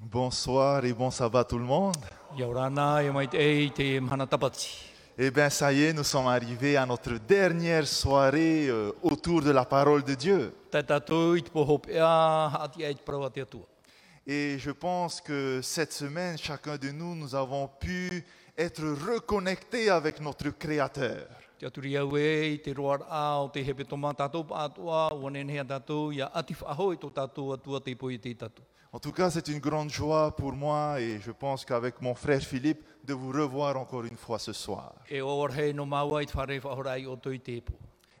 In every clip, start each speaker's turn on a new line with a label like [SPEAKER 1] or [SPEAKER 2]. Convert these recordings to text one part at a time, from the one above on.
[SPEAKER 1] Bonsoir et bon sabbat tout le monde.
[SPEAKER 2] Yorana yomait ei te manatabatsi.
[SPEAKER 1] Eh bien, ça y est, nous sommes arrivés à notre dernière soirée euh, autour de la parole de Dieu.
[SPEAKER 2] Tata tuit pohopea hati eit pravatiatua.
[SPEAKER 1] Et je pense que cette semaine, chacun de nous, nous avons pu être reconnectés avec notre Créateur.
[SPEAKER 2] Te aturi au ei te roar au te hepe toma tatou pātua wanenhea tatou ia ati whaahoi tō tatou atua te poi te tatou.
[SPEAKER 1] En tout cas, c'est une grande joie pour moi et je pense qu'avec mon frère Philippe, de vous revoir encore une fois ce soir.
[SPEAKER 2] E oor hei no maua i te whare whahorai o tui tepo.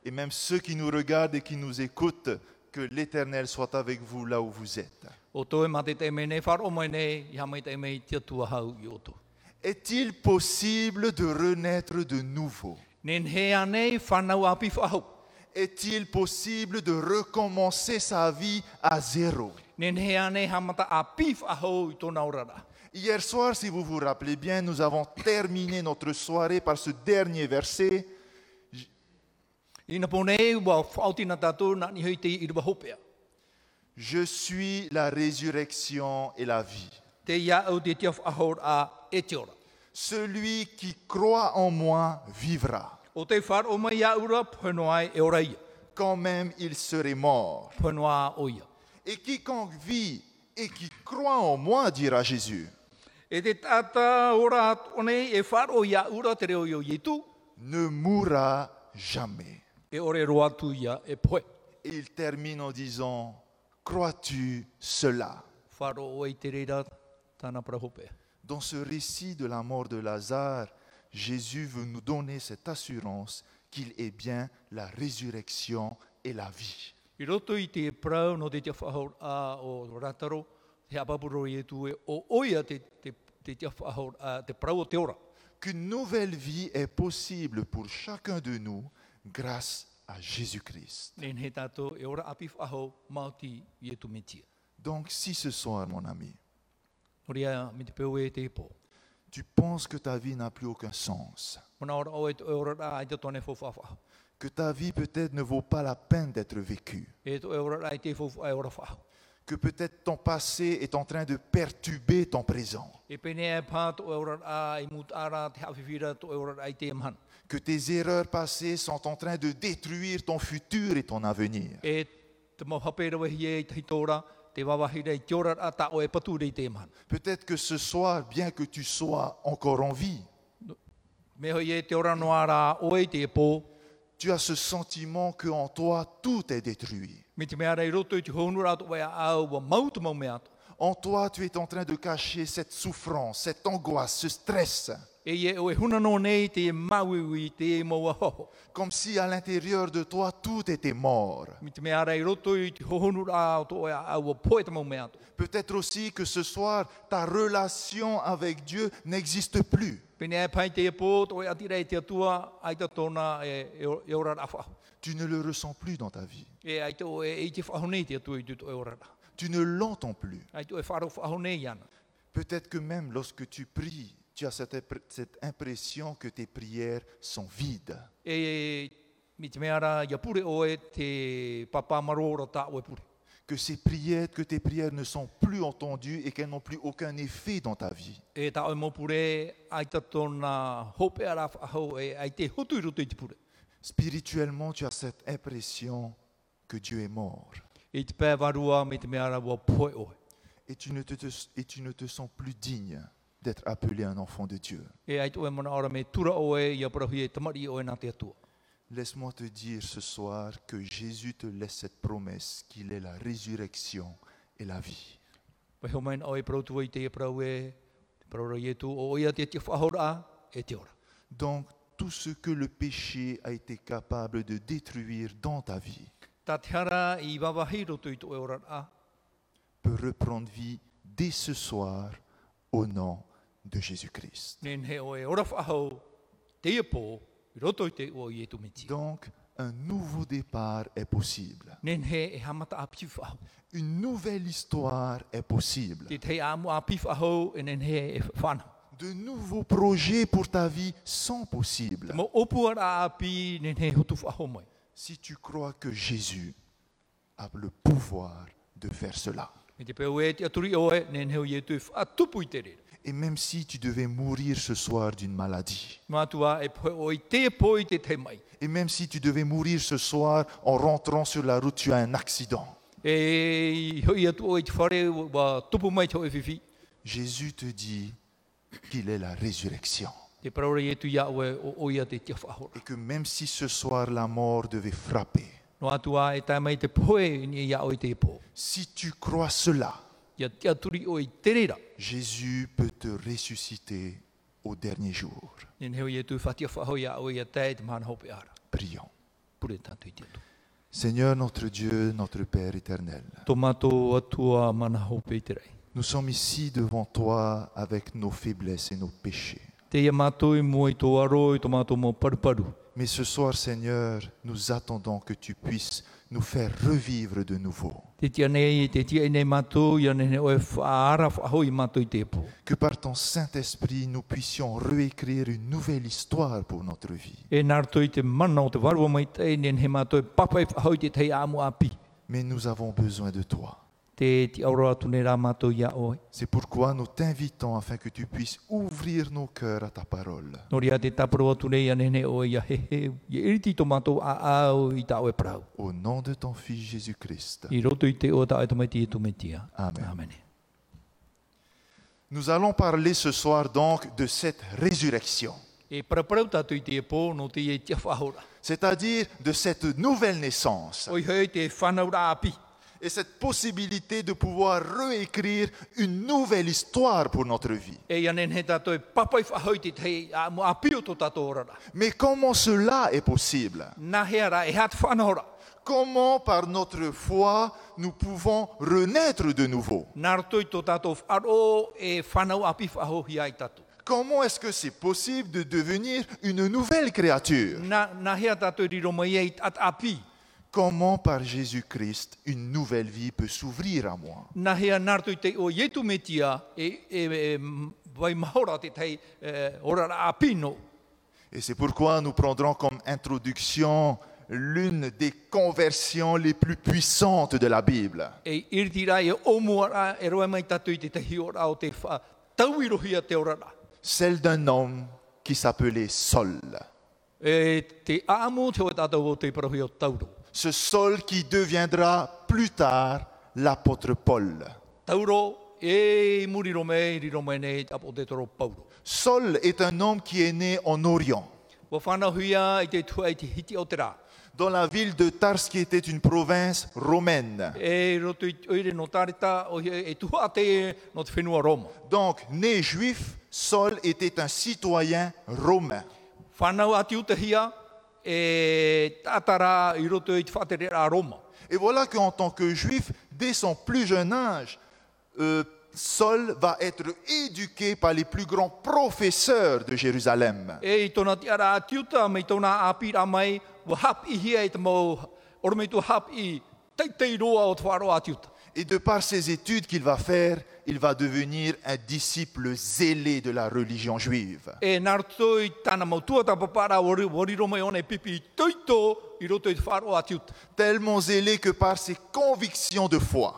[SPEAKER 1] Et même ceux qui nous regardent et qui nous écoutent, que l'Éternel soit avec vous là où vous êtes.
[SPEAKER 2] O toi ma te te mene wharo mai nei i hamai te mei te atua hau i o tō.
[SPEAKER 1] Est-il possible de renaître de nouveau
[SPEAKER 2] Nen hea nei whanau api whahau.
[SPEAKER 1] Est-il possible de recommencer sa vie à zéro
[SPEAKER 2] Nen hea nei hamata api whahau i tōna orara.
[SPEAKER 1] Hier soir, si vous vous rappelez bien, nous avons terminé notre soirée par ce dernier verset.
[SPEAKER 2] Ina ponei wa whautina tatou na ni hei te i rwa hopea.
[SPEAKER 1] Je suis la résurrection et la vie.
[SPEAKER 2] Te ia au te tia whahor a e te ora.
[SPEAKER 1] Celui qui croit en moi vivra.
[SPEAKER 2] O te wharo mai ia ura phono ai e ora ia.
[SPEAKER 1] Quand même il serait mort.
[SPEAKER 2] Phono a o ia.
[SPEAKER 1] Et quiconque vit et qui croit en moi, dira Jésus,
[SPEAKER 2] E te tata ora atone e wharo ia ura te reo i tu.
[SPEAKER 1] ne mourra jamais.
[SPEAKER 2] E ore roa tu ia e poe.
[SPEAKER 1] Et il termine en disant, crois-tu cela
[SPEAKER 2] Wharo o i te reira tāna para hopea.
[SPEAKER 1] Dans ce récit de la mort de Lazare, Jésus veut nous donner cette assurance qu'il est bien la résurrection et la vie.
[SPEAKER 2] I roto i te prau no te tia whahor a o rataro. Te apapuro i e tu e o oia te, te, te tia whahor a te prau o te ora.
[SPEAKER 1] Qu'une nouvelle vie est possible pour chacun de nous grâce à Jésus-Christ.
[SPEAKER 2] Nen he tātou e ora api whaho mauti i e tu mitia.
[SPEAKER 1] Donc si ce soir, mon ami,
[SPEAKER 2] Noria me te peu e te po.
[SPEAKER 1] tu penses que ta vie n'a plus aucun sens,
[SPEAKER 2] Mona ora oe te ora rā ai te tone fofafa.
[SPEAKER 1] que ta vie peut-être ne vaut pas la peine d'être vécue,
[SPEAKER 2] E te ora rā ai te fofa ai ora whaho.
[SPEAKER 1] que peut-être ton passé est en train de perturber ton présent,
[SPEAKER 2] E pene e pā to ora rā i mut ara te hawhiwhira to ora rā ai te man.
[SPEAKER 1] que tes erreurs passées sont en train de détruire ton futur et ton avenir.
[SPEAKER 2] E te mau hapera wahi e te hitora te wawahira i te ora rā ta oe pature i te man.
[SPEAKER 1] Peut-être que ce soir, bien que tu sois encore en vie,
[SPEAKER 2] Me hoi e te ora noa rā oe te po.
[SPEAKER 1] tu as ce sentiment que en toi tout est détruit.
[SPEAKER 2] Me te mea rei roto i te honu rā to oe a au wa mautu mau mea to.
[SPEAKER 1] En toi, tu es en train de cacher cette souffrance, cette angoisse, ce stress,
[SPEAKER 2] E ie oe huna no nei te mauiwi te maua hoho.
[SPEAKER 1] comme si à l'intérieur de toi tout était mort.
[SPEAKER 2] Mi te mea rei roto i te hohonu rā o tō ea au a poe te mau mea tō.
[SPEAKER 1] Peut-être aussi que ce soir, ta relation avec Dieu n'existe plus.
[SPEAKER 2] Pene e pai te e pō, tō ea tira e te atua, ai ta tōna e, e, o- e ora rā whahu.
[SPEAKER 1] Tu ne le ressens plus dans ta vie.
[SPEAKER 2] E ai tō e, e te whahu nei te atua i tū e ora rā.
[SPEAKER 1] Tu ne l'entends plus.
[SPEAKER 2] Ai tō e wharo whahu nei ana.
[SPEAKER 1] Peut-être que même lorsque tu pries, tu as cette, impr- cette impression que tes prières sont vides.
[SPEAKER 2] E, mi te mea rā, ia pure oe te papa marora tā oe pure.
[SPEAKER 1] que ces prières, que tes prières ne sont plus entendues et qu'elles n'ont plus aucun effet dans ta vie.
[SPEAKER 2] E tā oe mō pure, ai ta tōna hope ara whahu, e ai te hutu i roto i te pure.
[SPEAKER 1] Spirituellement, tu as cette impression que Dieu est mort
[SPEAKER 2] E te pē varua, mi te mea rā, wā poe oe.
[SPEAKER 1] et tu ne te, te- et tu ne te sens plus digne d'être appelé un enfant de Dieu.
[SPEAKER 2] E ai tō e mana ora me tura oe, ia parahui e tamari oe nā te atua.
[SPEAKER 1] Laisse-moi te dire ce soir que Jésus te laisse cette promesse qu'il est la résurrection et la vie.
[SPEAKER 2] Pe ho main oi pro tu te pro e pro ro ye tu o ia te te whahora e te ora.
[SPEAKER 1] Donc, tout ce que le péché a été capable de détruire dans ta vie,
[SPEAKER 2] Ta te hara i wawahi roto i tu e ora a
[SPEAKER 1] peut reprendre vie dès ce soir au nom de Jésus-Christ.
[SPEAKER 2] Nen he oe ora whahau te ia pō, i roto i te o i e tu miti.
[SPEAKER 1] Donc, un nouveau départ est possible.
[SPEAKER 2] Nen he e hamata a piu whahau.
[SPEAKER 1] Une nouvelle histoire est possible.
[SPEAKER 2] Te te amu a piu whahau e nen he e whana.
[SPEAKER 1] De nouveaux projets pour ta vie sont
[SPEAKER 2] Te
[SPEAKER 1] possibles
[SPEAKER 2] mo opu ara a pi nen he hotu whahau mai.
[SPEAKER 1] si tu crois que Jésus a le pouvoir de faire cela.
[SPEAKER 2] Me te peo e te aturi oe, nen he o i e tu whatupu i te rere.
[SPEAKER 1] Et même si tu devais mourir ce soir d'une maladie,
[SPEAKER 2] Mātua e poe oi te poe i te te mai.
[SPEAKER 1] et même si tu devais mourir ce soir en rentrant sur la route, tu as un accident,
[SPEAKER 2] E hoi atu oi te whare wa tupu mai te oewiwi.
[SPEAKER 1] Jésus te dit qu'il est la résurrection.
[SPEAKER 2] Te paraura i tu ia oe o oia te tia whahora.
[SPEAKER 1] Et que même si ce soir la mort devait frapper,
[SPEAKER 2] No atua e tai mai te poe ni ia oi te po.
[SPEAKER 1] si tu crois cela,
[SPEAKER 2] Ia te aturi oi te rera.
[SPEAKER 1] Jésus peut te ressusciter au dernier jour.
[SPEAKER 2] Nen heo i e tu whatia whaho ia oi a tai te mana hope ara.
[SPEAKER 1] Prions.
[SPEAKER 2] Pure tantu i te atu.
[SPEAKER 1] Seigneur notre Dieu, notre Père éternel,
[SPEAKER 2] Tō mātou atua mana hope i te rei.
[SPEAKER 1] nous sommes ici devant toi avec nos faiblesses et nos péchés.
[SPEAKER 2] Te ia mātou i mua i tō aro i tō mātou mō paruparu.
[SPEAKER 1] Mais ce soir, Seigneur, nous attendons que tu puisses nous faire revivre de nouveau.
[SPEAKER 2] Te tia nei, te tia i nei mātou, ia nei oe whaara whaho i mātou i te po.
[SPEAKER 1] Que par ton Saint-Esprit, nous puissions réécrire une nouvelle histoire pour notre vie.
[SPEAKER 2] E nārto i te mana o te warua mai tei, nen he mātou e papai whahau i te tei āmu api.
[SPEAKER 1] Mais nous avons besoin de toi.
[SPEAKER 2] Te ti auro atu nei rā mātou ia oe.
[SPEAKER 1] C'est pourquoi nous t'invitons afin que tu puisses ouvrir nos cœurs à ta parole.
[SPEAKER 2] Nori a te taparo atu nei a nene oe ia he he. Ia iriti tō mātou a au i tā oe parau.
[SPEAKER 1] Au nom de ton Fils Jésus-Christ.
[SPEAKER 2] I roto i te o tā aitamati e tumetia.
[SPEAKER 1] Amen.
[SPEAKER 2] Amen.
[SPEAKER 1] Nous allons parler ce soir donc de cette résurrection,
[SPEAKER 2] E paraparau tātou i te e pō, no te e tia whahora.
[SPEAKER 1] c'est-à-dire de cette nouvelle naissance
[SPEAKER 2] Oi hei te whanaura api.
[SPEAKER 1] et cette possibilité de pouvoir réécrire une nouvelle histoire pour notre vie.
[SPEAKER 2] E ia nene he tātou e papai whahau i te tei āmu api o tō tātou orara.
[SPEAKER 1] Mais comment cela est possible
[SPEAKER 2] Nā hea rā e hat whanahora.
[SPEAKER 1] Comment par notre foi nous pouvons renaître de nouveau
[SPEAKER 2] Nārto i tō tātou wharo e whanau api whaho hia i tātou.
[SPEAKER 1] Comment est-ce que c'est possible de devenir une nouvelle créature
[SPEAKER 2] Nā, nā hea tātou riro mai e at api.
[SPEAKER 1] Comment par Jésus-Christ une nouvelle vie peut s'ouvrir à moi
[SPEAKER 2] Nā hea nārto i te o ietu metia e, e, e m- vai mahora te tei e, orara api no.
[SPEAKER 1] Et c'est pourquoi nous prendrons comme introduction l'une des conversions les plus puissantes de la Bible.
[SPEAKER 2] E iritira e omuara e roa mai tātou i te tehi ora o te wha. Tauiro hia te orara.
[SPEAKER 1] Celle d'un homme qui s'appelait Saul.
[SPEAKER 2] E te aamu te oe tātou o te parahui o tauro.
[SPEAKER 1] Ce Saul qui deviendra plus tard l'apôtre Paul.
[SPEAKER 2] Tauro e muriro me, riro mai nei apo te toro pauro.
[SPEAKER 1] Saul est un homme qui est né en Orient,
[SPEAKER 2] Wa whanau hia i te tua i te hiti o te rā.
[SPEAKER 1] dans la ville de Tars qui était une province romaine.
[SPEAKER 2] E roto i oire no tarita o he- e tuha te no te whenua Roma.
[SPEAKER 1] Donc, né juif, Saul était un citoyen romain.
[SPEAKER 2] Whanau ati utahia e tatara i roto i te whatere a Roma.
[SPEAKER 1] Et voilà qu'en tant que juif, dès son plus jeune âge, euh, Saul va être éduqué par les plus grands professeurs de Jérusalem.
[SPEAKER 2] E i tona tiara ati uta me i tona apira mai wa hap i hia i te mau ora me tu hap i teitei roa o te wharo ati uta.
[SPEAKER 1] Et de par ses études qu'il va faire, il va devenir un disciple zélé de la religion juive.
[SPEAKER 2] E narto i tana mautua ta papara wari, wari Roma i ona e pipi i toito i roto i te wharo ati uta.
[SPEAKER 1] Tellement zélé que par ses convictions de foi,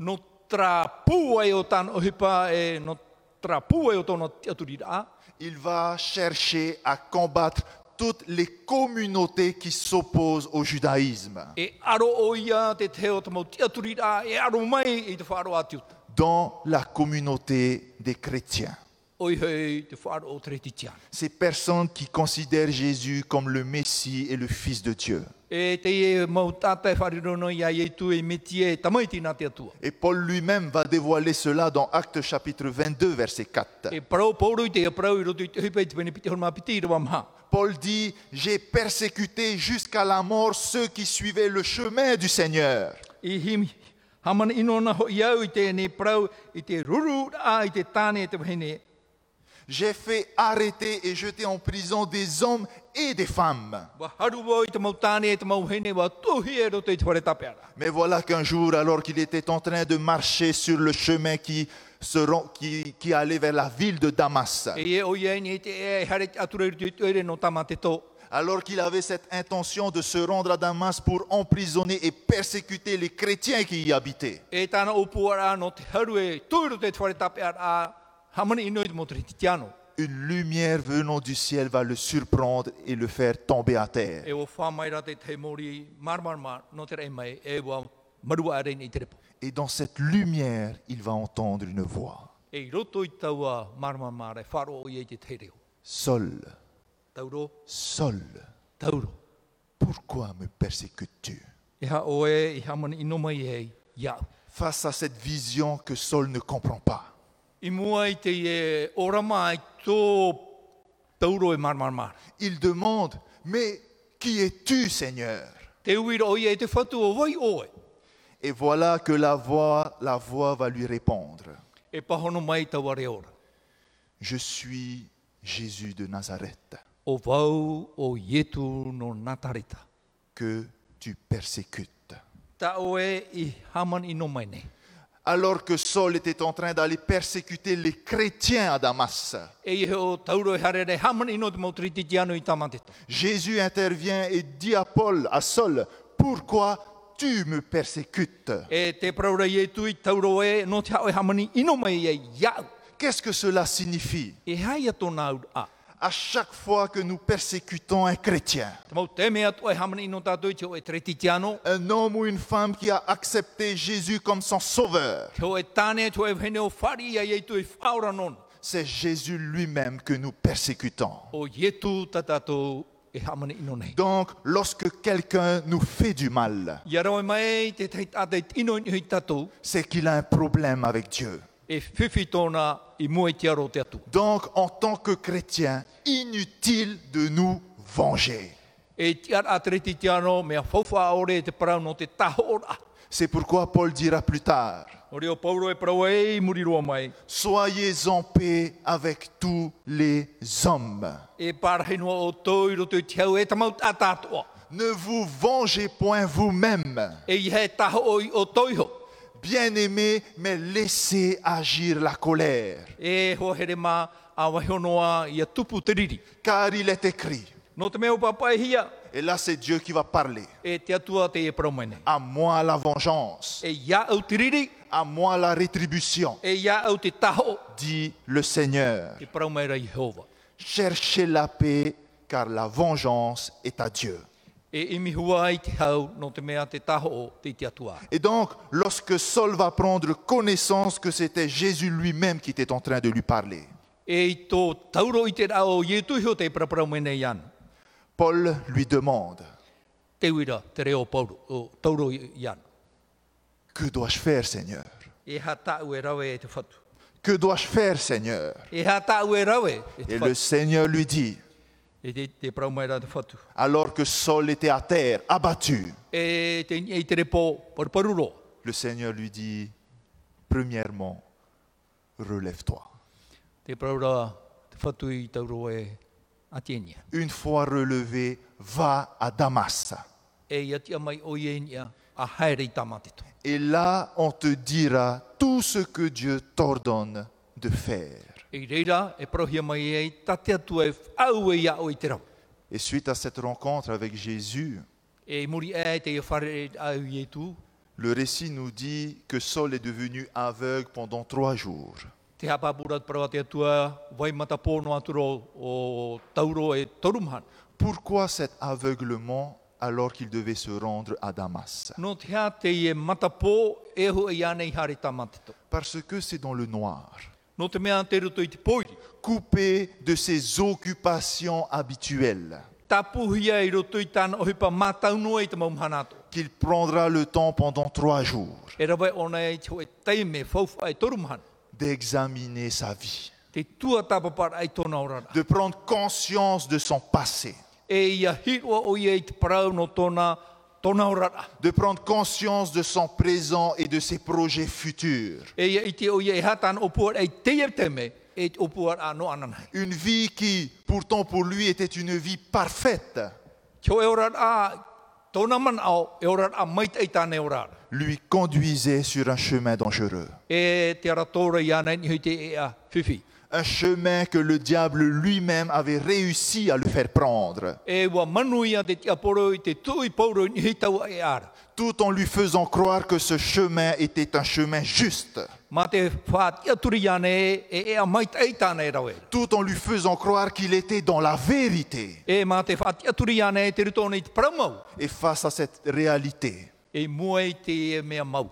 [SPEAKER 2] No tra pua e o tan ohipa e no tra pua e o tona tiaturira
[SPEAKER 1] il va chercher à combattre toutes les communautés qui s'opposent au judaïsme,
[SPEAKER 2] e aro o ia te teo te mau tiaturira e aro mai i te wharo ati uta.
[SPEAKER 1] dans la communauté des chrétiens.
[SPEAKER 2] Oi hei te wharo o te reti tiana.
[SPEAKER 1] ces personnes qui considèrent Jésus comme le Messie et le Fils de Dieu.
[SPEAKER 2] E te e mau tata e wharirono ia i tu e meti e tamaiti nā te atua.
[SPEAKER 1] Et Paul lui-même va dévoiler cela dans Actes chapitre 22, verset 4.
[SPEAKER 2] E parau pauru i te e parau i roto i te hipa i te pene piti hona piti i rawa maha.
[SPEAKER 1] Paul dit, j'ai persécuté jusqu'à la mort ceux qui suivaient le chemin du Seigneur.
[SPEAKER 2] E himi Hamana inona ho iau i tēnei parau, i te ruru a i te tāne e te wahine.
[SPEAKER 1] J'ai fait arrêter et jeter en prison des hommes et des femmes.
[SPEAKER 2] Wa harua i te mautāne e te mauhene, wa tohi e roto i te whare tapeara.
[SPEAKER 1] Mais voilà qu'un jour, alors qu'il était en train de marcher sur le chemin qui, se rend- qui- qui allait vers la ville de Damas,
[SPEAKER 2] E e o iei ni te e hare ature i te tere no tama te tō.
[SPEAKER 1] alors qu'il avait cette intention de se rendre à Damas pour emprisonner et persécuter les chrétiens qui y habitaient,
[SPEAKER 2] E tāna opuara no te haru e tūru te whare tapeara a hamana ino i te motori te tiano.
[SPEAKER 1] une lumière venant du ciel va le surprendre et le faire tomber à terre.
[SPEAKER 2] E o whamaira te te mori marmarmar no te rei mai e wa marua arei ni te repo.
[SPEAKER 1] Et dans cette lumière, il va entendre une voix.
[SPEAKER 2] E i roto i taua marmarmar e wharo o iei te te reo.
[SPEAKER 1] Saul,
[SPEAKER 2] Tauro,
[SPEAKER 1] Saul,
[SPEAKER 2] tauro.
[SPEAKER 1] pourquoi me persécutes-tu
[SPEAKER 2] E ha oe, i hamana ino mai e iau.
[SPEAKER 1] Face à cette vision que Saul ne comprend pas,
[SPEAKER 2] I mua i te e ora mai tō tauro e marmarmar.
[SPEAKER 1] il demande, mais qui es-tu Seigneur
[SPEAKER 2] Te uira o iei te whatu o wai oe.
[SPEAKER 1] Et voilà que la voix, la voix va lui répondre.
[SPEAKER 2] E pahono mai taua re ora.
[SPEAKER 1] Je suis Jésus de Nazareth,
[SPEAKER 2] O vau o ietu no natareta.
[SPEAKER 1] que tu persécutes.
[SPEAKER 2] Ta oe i haman ino mai nei.
[SPEAKER 1] Alors que Saul était en train d'aller persécuter les chrétiens à Damas,
[SPEAKER 2] E i o tauro e harere haman ino te mautriti tiano i tamatito.
[SPEAKER 1] Jésus intervient et dit à Paul, à Saul, pourquoi tu me persécutes
[SPEAKER 2] E te praura ietu i tauro e no te haoe hamani ino mai e iau.
[SPEAKER 1] Qu'est-ce que cela signifie
[SPEAKER 2] E hai ato nau a.
[SPEAKER 1] À chaque fois que nous persécutons un chrétien,
[SPEAKER 2] Te mau te mea toi hamani ino tātou i te oe treti tiano.
[SPEAKER 1] un homme ou une femme qui a accepté Jésus comme son sauveur,
[SPEAKER 2] Te oe tāne te oe vhene o whari ia ietu i whaura non.
[SPEAKER 1] c'est Jésus lui-même que nous persécutons.
[SPEAKER 2] O ietu ta tātou e hamani ino nei.
[SPEAKER 1] Donc, lorsque quelqu'un nous fait du mal,
[SPEAKER 2] Ia rau e mai te tei tātei ino i tātou.
[SPEAKER 1] c'est qu'il a un problème avec Dieu.
[SPEAKER 2] e whiwhi tōna i mua i te aro te atu.
[SPEAKER 1] Donc, en tant que chrétien, inutile de nous venger.
[SPEAKER 2] E te ara atreti te ano, mea whauwha ore te parau no te taho ora.
[SPEAKER 1] C'est pourquoi Paul dira plus tard,
[SPEAKER 2] O reo pauro e parau e i muri roa mai.
[SPEAKER 1] Soyez en paix avec tous les hommes.
[SPEAKER 2] E pārhenua o tō i roto i te hau e tamau tātātoa.
[SPEAKER 1] Ne vous vengez point vous-même,
[SPEAKER 2] E i he taho o i o toiho.
[SPEAKER 1] bien-aimés, mais laissez agir la colère.
[SPEAKER 2] E ho here mā a wahonoa i a tupu te riri.
[SPEAKER 1] Car il est écrit,
[SPEAKER 2] No te mea o papai hia,
[SPEAKER 1] et là c'est Dieu qui va parler,
[SPEAKER 2] e te atua te e parau mai nei.
[SPEAKER 1] à moi la vengeance,
[SPEAKER 2] E ia au te riri,
[SPEAKER 1] à moi la rétribution,
[SPEAKER 2] e ia au te taho,
[SPEAKER 1] dit le Seigneur.
[SPEAKER 2] te parau mai rai Jehova.
[SPEAKER 1] Cherchez la paix, car la vengeance est à Dieu.
[SPEAKER 2] E imi hua ai te hau, no te mea te taho o te i te atua.
[SPEAKER 1] Et donc, lorsque Saul va prendre connaissance que c'était Jésus lui-même qui était en train de lui parler,
[SPEAKER 2] E i tō tauro i te rā o ietu hio te e parapara mene i anu.
[SPEAKER 1] Paul lui demande,
[SPEAKER 2] Te uira te reo pauro, o tauro i anu.
[SPEAKER 1] Que dois-je faire, Seigneur
[SPEAKER 2] E ha tāu e rawe e te whatu.
[SPEAKER 1] Que dois-je faire, Seigneur
[SPEAKER 2] E ha tāu e rawe e te
[SPEAKER 1] Et le
[SPEAKER 2] whatu.
[SPEAKER 1] Seigneur lui dit,
[SPEAKER 2] E te, te parapara te whatu.
[SPEAKER 1] alors que Saul était à terre, abattu,
[SPEAKER 2] E te i te repo paruparuro.
[SPEAKER 1] le Seigneur lui dit, premièrement, relève-toi.
[SPEAKER 2] Te parapara te whatu i tauro e atienia.
[SPEAKER 1] Une fois relevé, va à Damas.
[SPEAKER 2] E i atia mai o ienia a haere i tamatito.
[SPEAKER 1] Et là, on te dira tout ce que Dieu t'ordonne de faire.
[SPEAKER 2] E i reira e parohia mai e i tate atua e au e ia o i te rau.
[SPEAKER 1] Et suite à cette rencontre avec Jésus,
[SPEAKER 2] E i muri e te i e whare au ietu.
[SPEAKER 1] le récit nous dit que Saul est devenu aveugle pendant trois jours.
[SPEAKER 2] Te hapapura parawa te atua, wai mata pōno aturo o tauro e torumhan.
[SPEAKER 1] Pourquoi cet aveuglement alors qu'il devait se rendre à Damas
[SPEAKER 2] No te hea te e mata pō, e ho e ane i hare tā matito.
[SPEAKER 1] Parce que c'est dans le noir,
[SPEAKER 2] No te mea te ruto i te poiri.
[SPEAKER 1] coupé de ses occupations habituelles,
[SPEAKER 2] Tā puhia i roto i tāna ohipa mātaunua i te maumhanato.
[SPEAKER 1] qu'il prendra le temps pendant trois jours
[SPEAKER 2] E rawe ona e te ho e teime, faufa e torumhan.
[SPEAKER 1] d'examiner sa vie,
[SPEAKER 2] Te tua tāpapara ai tōna orara.
[SPEAKER 1] de prendre conscience de son passé,
[SPEAKER 2] E ia hirua o ia i te parau no tōna 떠나오라라.
[SPEAKER 1] de prendre conscience de son présent et de ses projets futurs.
[SPEAKER 2] Eia i te o ia e hatan o puar ei teia teme, e o puar a no ananai.
[SPEAKER 1] Une vie qui, pourtant pour lui, était une vie parfaite,
[SPEAKER 2] Kio e orar a, tōna man au, e orar a mait ei tāne orar.
[SPEAKER 1] lui conduisait sur un chemin dangereux.
[SPEAKER 2] E te ara tōra i anai ni hui te e a whiwhi.
[SPEAKER 1] Un chemin que le diable lui-même avait réussi à le faire prendre,
[SPEAKER 2] E ua manu ia te tia poro i te tui pauro ni hui taua e ara.
[SPEAKER 1] tout en lui faisant croire que ce chemin était un chemin juste,
[SPEAKER 2] Mā te whātia turi iane e e a mait ei tāne rawe.
[SPEAKER 1] tout en lui faisant croire qu'il était dans la vérité.
[SPEAKER 2] E mā te whātia turi iane e te rutone i te paramau.
[SPEAKER 1] Et face à cette réalité,
[SPEAKER 2] E mua i te e mea mau.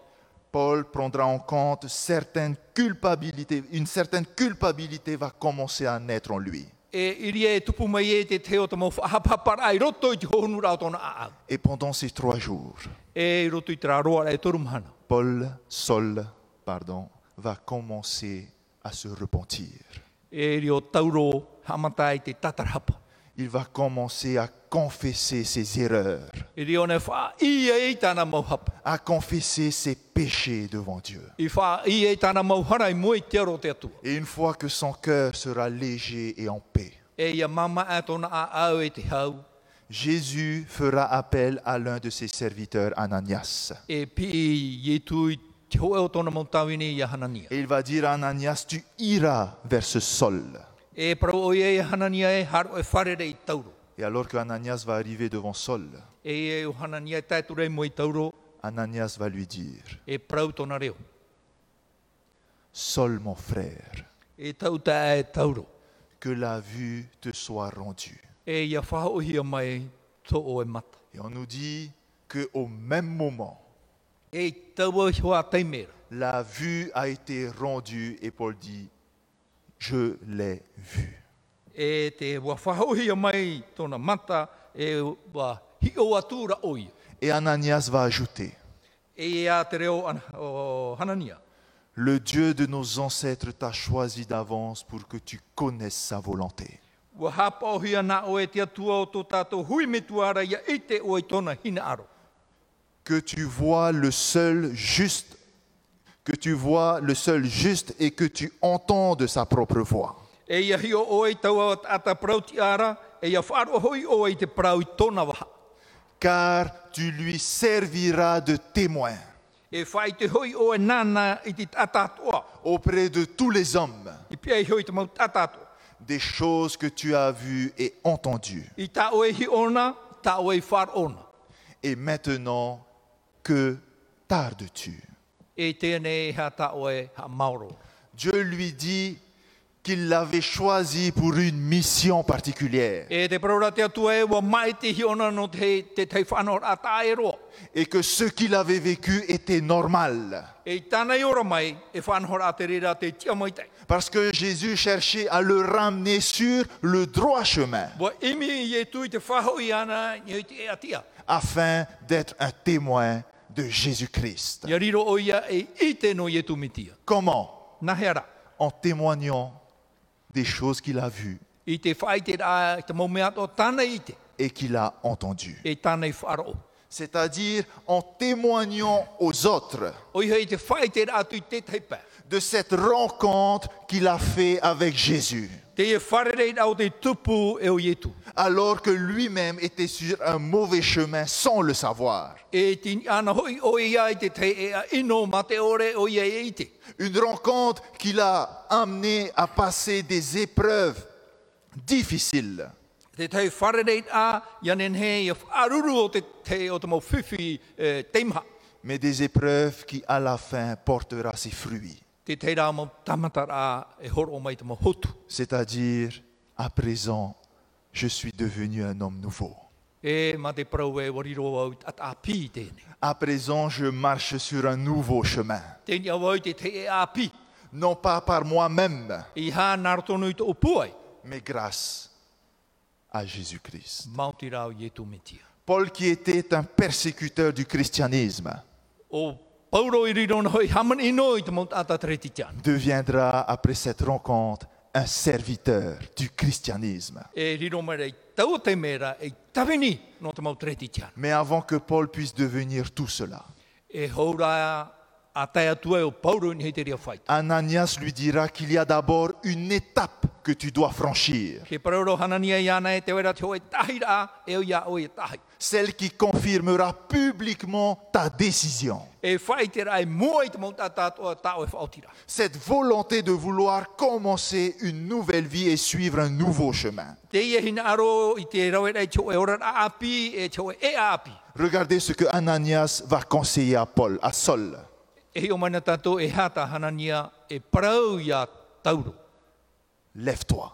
[SPEAKER 1] Paul prendra en compte certaines culpabilités. Une certaine culpabilité va commencer à naître en lui.
[SPEAKER 2] E iria e tupu mai e te teo te mau whahapapara ai roto i te hohonu rao tōna a au.
[SPEAKER 1] Et pendant ces trois jours,
[SPEAKER 2] e roto i tera roa e toru mahana.
[SPEAKER 1] Paul, Saul, pardon, va commencer à se repentir.
[SPEAKER 2] E rio tauro hamata i te tatarapa.
[SPEAKER 1] Il va commencer à confesser ses erreurs,
[SPEAKER 2] E rio ne wha ia e tāna mauhapa.
[SPEAKER 1] à confesser ses péchés devant Dieu.
[SPEAKER 2] I wha ia e tāna mauhara i moe te aro te atua.
[SPEAKER 1] Et une fois que son cœur sera léger et en paix,
[SPEAKER 2] E ia mama a tōna a au e te hau.
[SPEAKER 1] Jésus fera appel à l'un de ses serviteurs, Ananias.
[SPEAKER 2] E pi i e tui te hoa o tōna mautawini i a hanania.
[SPEAKER 1] Et il va dire à Ananias, tu iras vers ce Saul.
[SPEAKER 2] E parau o ia e hanania e haro e wharere i tauro.
[SPEAKER 1] Et alors que Ananias va arriver devant Saul,
[SPEAKER 2] E e o hanania e tāture moe i tauro
[SPEAKER 1] Ananias va lui dire,
[SPEAKER 2] e parau tōna reo.
[SPEAKER 1] Saul mon frère,
[SPEAKER 2] E tau tā e tauro.
[SPEAKER 1] que la vue te soit rendue.
[SPEAKER 2] E ia whaha o hia mai tō o e mata.
[SPEAKER 1] Et on nous dit que au même moment,
[SPEAKER 2] E taua hoa teimera.
[SPEAKER 1] la vue a été rendue et Paul dit, je l'ai vue.
[SPEAKER 2] e te wā whahohia mai tōna mata, e wā hi o atura oi.
[SPEAKER 1] Et Ananias va ajouter,
[SPEAKER 2] E a te reo an, o hanania.
[SPEAKER 1] le Dieu de nos ancêtres t'a choisi d'avance pour que tu connaisses sa volonté.
[SPEAKER 2] Wa hapauhia nā o e te atua o tō tātou hui me tuara ia i te o i tōna hina aro.
[SPEAKER 1] que tu vois le seul juste, que tu vois le seul juste et que tu entends de sa propre voix.
[SPEAKER 2] E ia hi o o i taua ata prau ti ara, e ia wharo hoi o i te prau i tōna waha.
[SPEAKER 1] Car tu lui serviras de témoin
[SPEAKER 2] E whai te hoi o e nana i te atatoa,
[SPEAKER 1] auprès de tous les hommes
[SPEAKER 2] i pia i hoi te mau atatoa.
[SPEAKER 1] des choses que tu as vues et entendues.
[SPEAKER 2] I tā o e hi ona, tā o e whar ona.
[SPEAKER 1] Et maintenant, que tardes-tu
[SPEAKER 2] E tēnei ha tā o e ha mauro.
[SPEAKER 1] Dieu lui dit qu'il l'avait choisi pour une mission particulière
[SPEAKER 2] E te paraura te atua e wa mai te hiona no te, te tei whanor a e taero.
[SPEAKER 1] et que ce qu'il avait vécu était normal.
[SPEAKER 2] E i tāna i ora mai e whanor a te rira te tia mai tei.
[SPEAKER 1] Parce que Jésus cherchait à le ramener sur le droit chemin
[SPEAKER 2] Wa imi i e tui te whaho i ana i te e atia.
[SPEAKER 1] afin d'être un témoin de Jésus-Christ.
[SPEAKER 2] Ia riro o ia e i te no i e tumitia.
[SPEAKER 1] Comment
[SPEAKER 2] Nā hea rā.
[SPEAKER 1] En témoignant des choses qu'il a vues
[SPEAKER 2] I te whai te rā te maumea tō tāna i te.
[SPEAKER 1] et qu'il a entendues.
[SPEAKER 2] E tāna i wharo.
[SPEAKER 1] C'est-à-dire en témoignant aux autres
[SPEAKER 2] O i hei te whai te rā tui te tei pā.
[SPEAKER 1] de cette rencontre qu'il a fait avec Jésus,
[SPEAKER 2] Te e wharerei rau te tupu e o ietu.
[SPEAKER 1] alors que lui-même était sur un mauvais chemin sans le savoir.
[SPEAKER 2] E tini ana hoi o ia i te tei e a ino ma te ore o ia e i te.
[SPEAKER 1] Une rencontre qui l'a amené à passer des épreuves difficiles,
[SPEAKER 2] Te tei wharereit a, ianen he, ia aruru o te te o te mau whiwhi eh, teimha.
[SPEAKER 1] mais des épreuves qui à la fin portera ses fruits,
[SPEAKER 2] Te tei rā mau tamatar a, e horo o mai te mau hotu.
[SPEAKER 1] c'est-à-dire à présent je suis devenu un homme nouveau.
[SPEAKER 2] E ma te parau e wariro au at a pi tēne.
[SPEAKER 1] À présent je marche sur un nouveau chemin,
[SPEAKER 2] Tēne au au te te e a pi.
[SPEAKER 1] non pas par moi-même,
[SPEAKER 2] I hā nartonu i te opuai,
[SPEAKER 1] mais grâce à Jésus-Christ.
[SPEAKER 2] mauti rau i e tu metia.
[SPEAKER 1] Paul qui était un persécuteur du christianisme
[SPEAKER 2] O Pauro i riro na hoi haman ino i te mau tata treti tian.
[SPEAKER 1] deviendra après cette rencontre un serviteur du christianisme.
[SPEAKER 2] E riro mera i tau te mera e i tawini no te mau treti tiana.
[SPEAKER 1] Mais avant que Paul puisse devenir tout cela,
[SPEAKER 2] E haura a tai atua e o pauro ni hei te ria whai.
[SPEAKER 1] Ananias lui dira qu'il y a d'abord une étape que tu dois franchir,
[SPEAKER 2] Ke parauro hanania i ana e te wera te hoa e tahi rā e o ia o e tahi.
[SPEAKER 1] celle qui confirmera publiquement ta décision.
[SPEAKER 2] E whai te rā e mua i te mau tātātoa tāo e whaotira.
[SPEAKER 1] Cette volonté de vouloir commencer une nouvelle vie et suivre un nouveau chemin.
[SPEAKER 2] Te ia hina aro i te rau e rei te hoa e ora rā api e te hoa e api.
[SPEAKER 1] Regardez ce que Ananias va conseiller à Paul, à Saul.
[SPEAKER 2] E o mana tātou e hata hanania e parau i a tauro.
[SPEAKER 1] Lève-toi,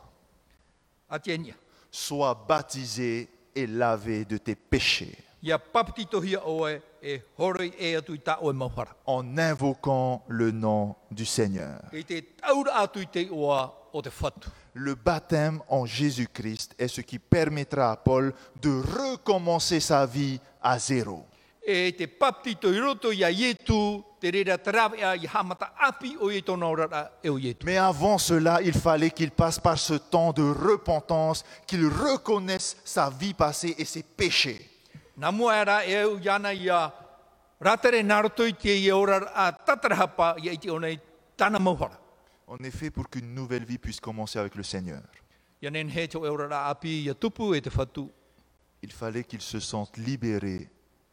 [SPEAKER 2] Atiania.
[SPEAKER 1] sois baptisé et lavé de tes péchés,
[SPEAKER 2] Ia papatitohia oe e horoi e atu i tā oe mauhara.
[SPEAKER 1] en invoquant le nom du Seigneur.
[SPEAKER 2] I E te taura atu i te oa o te whatu.
[SPEAKER 1] Le baptême en Jésus-Christ est ce qui permettra à Paul de recommencer sa vie à zéro.
[SPEAKER 2] E te papatito i roto ia ietu, te reira tarawe a i hamata api o i tōna orara e o ietu.
[SPEAKER 1] Mais avant cela, il fallait qu'il passe par ce temps de repentance, qu'il reconnaisse sa vie passée et ses péchés.
[SPEAKER 2] Nā mua era e au iana ia ratere naroto i te i orara a tatarahapa ia i te ona i tāna mauhara.
[SPEAKER 1] En effet, pour qu'une nouvelle vie puisse commencer avec le Seigneur,
[SPEAKER 2] Ia nen he tō e orara api ia tupu e te whatu.
[SPEAKER 1] il fallait qu'il se sente libéré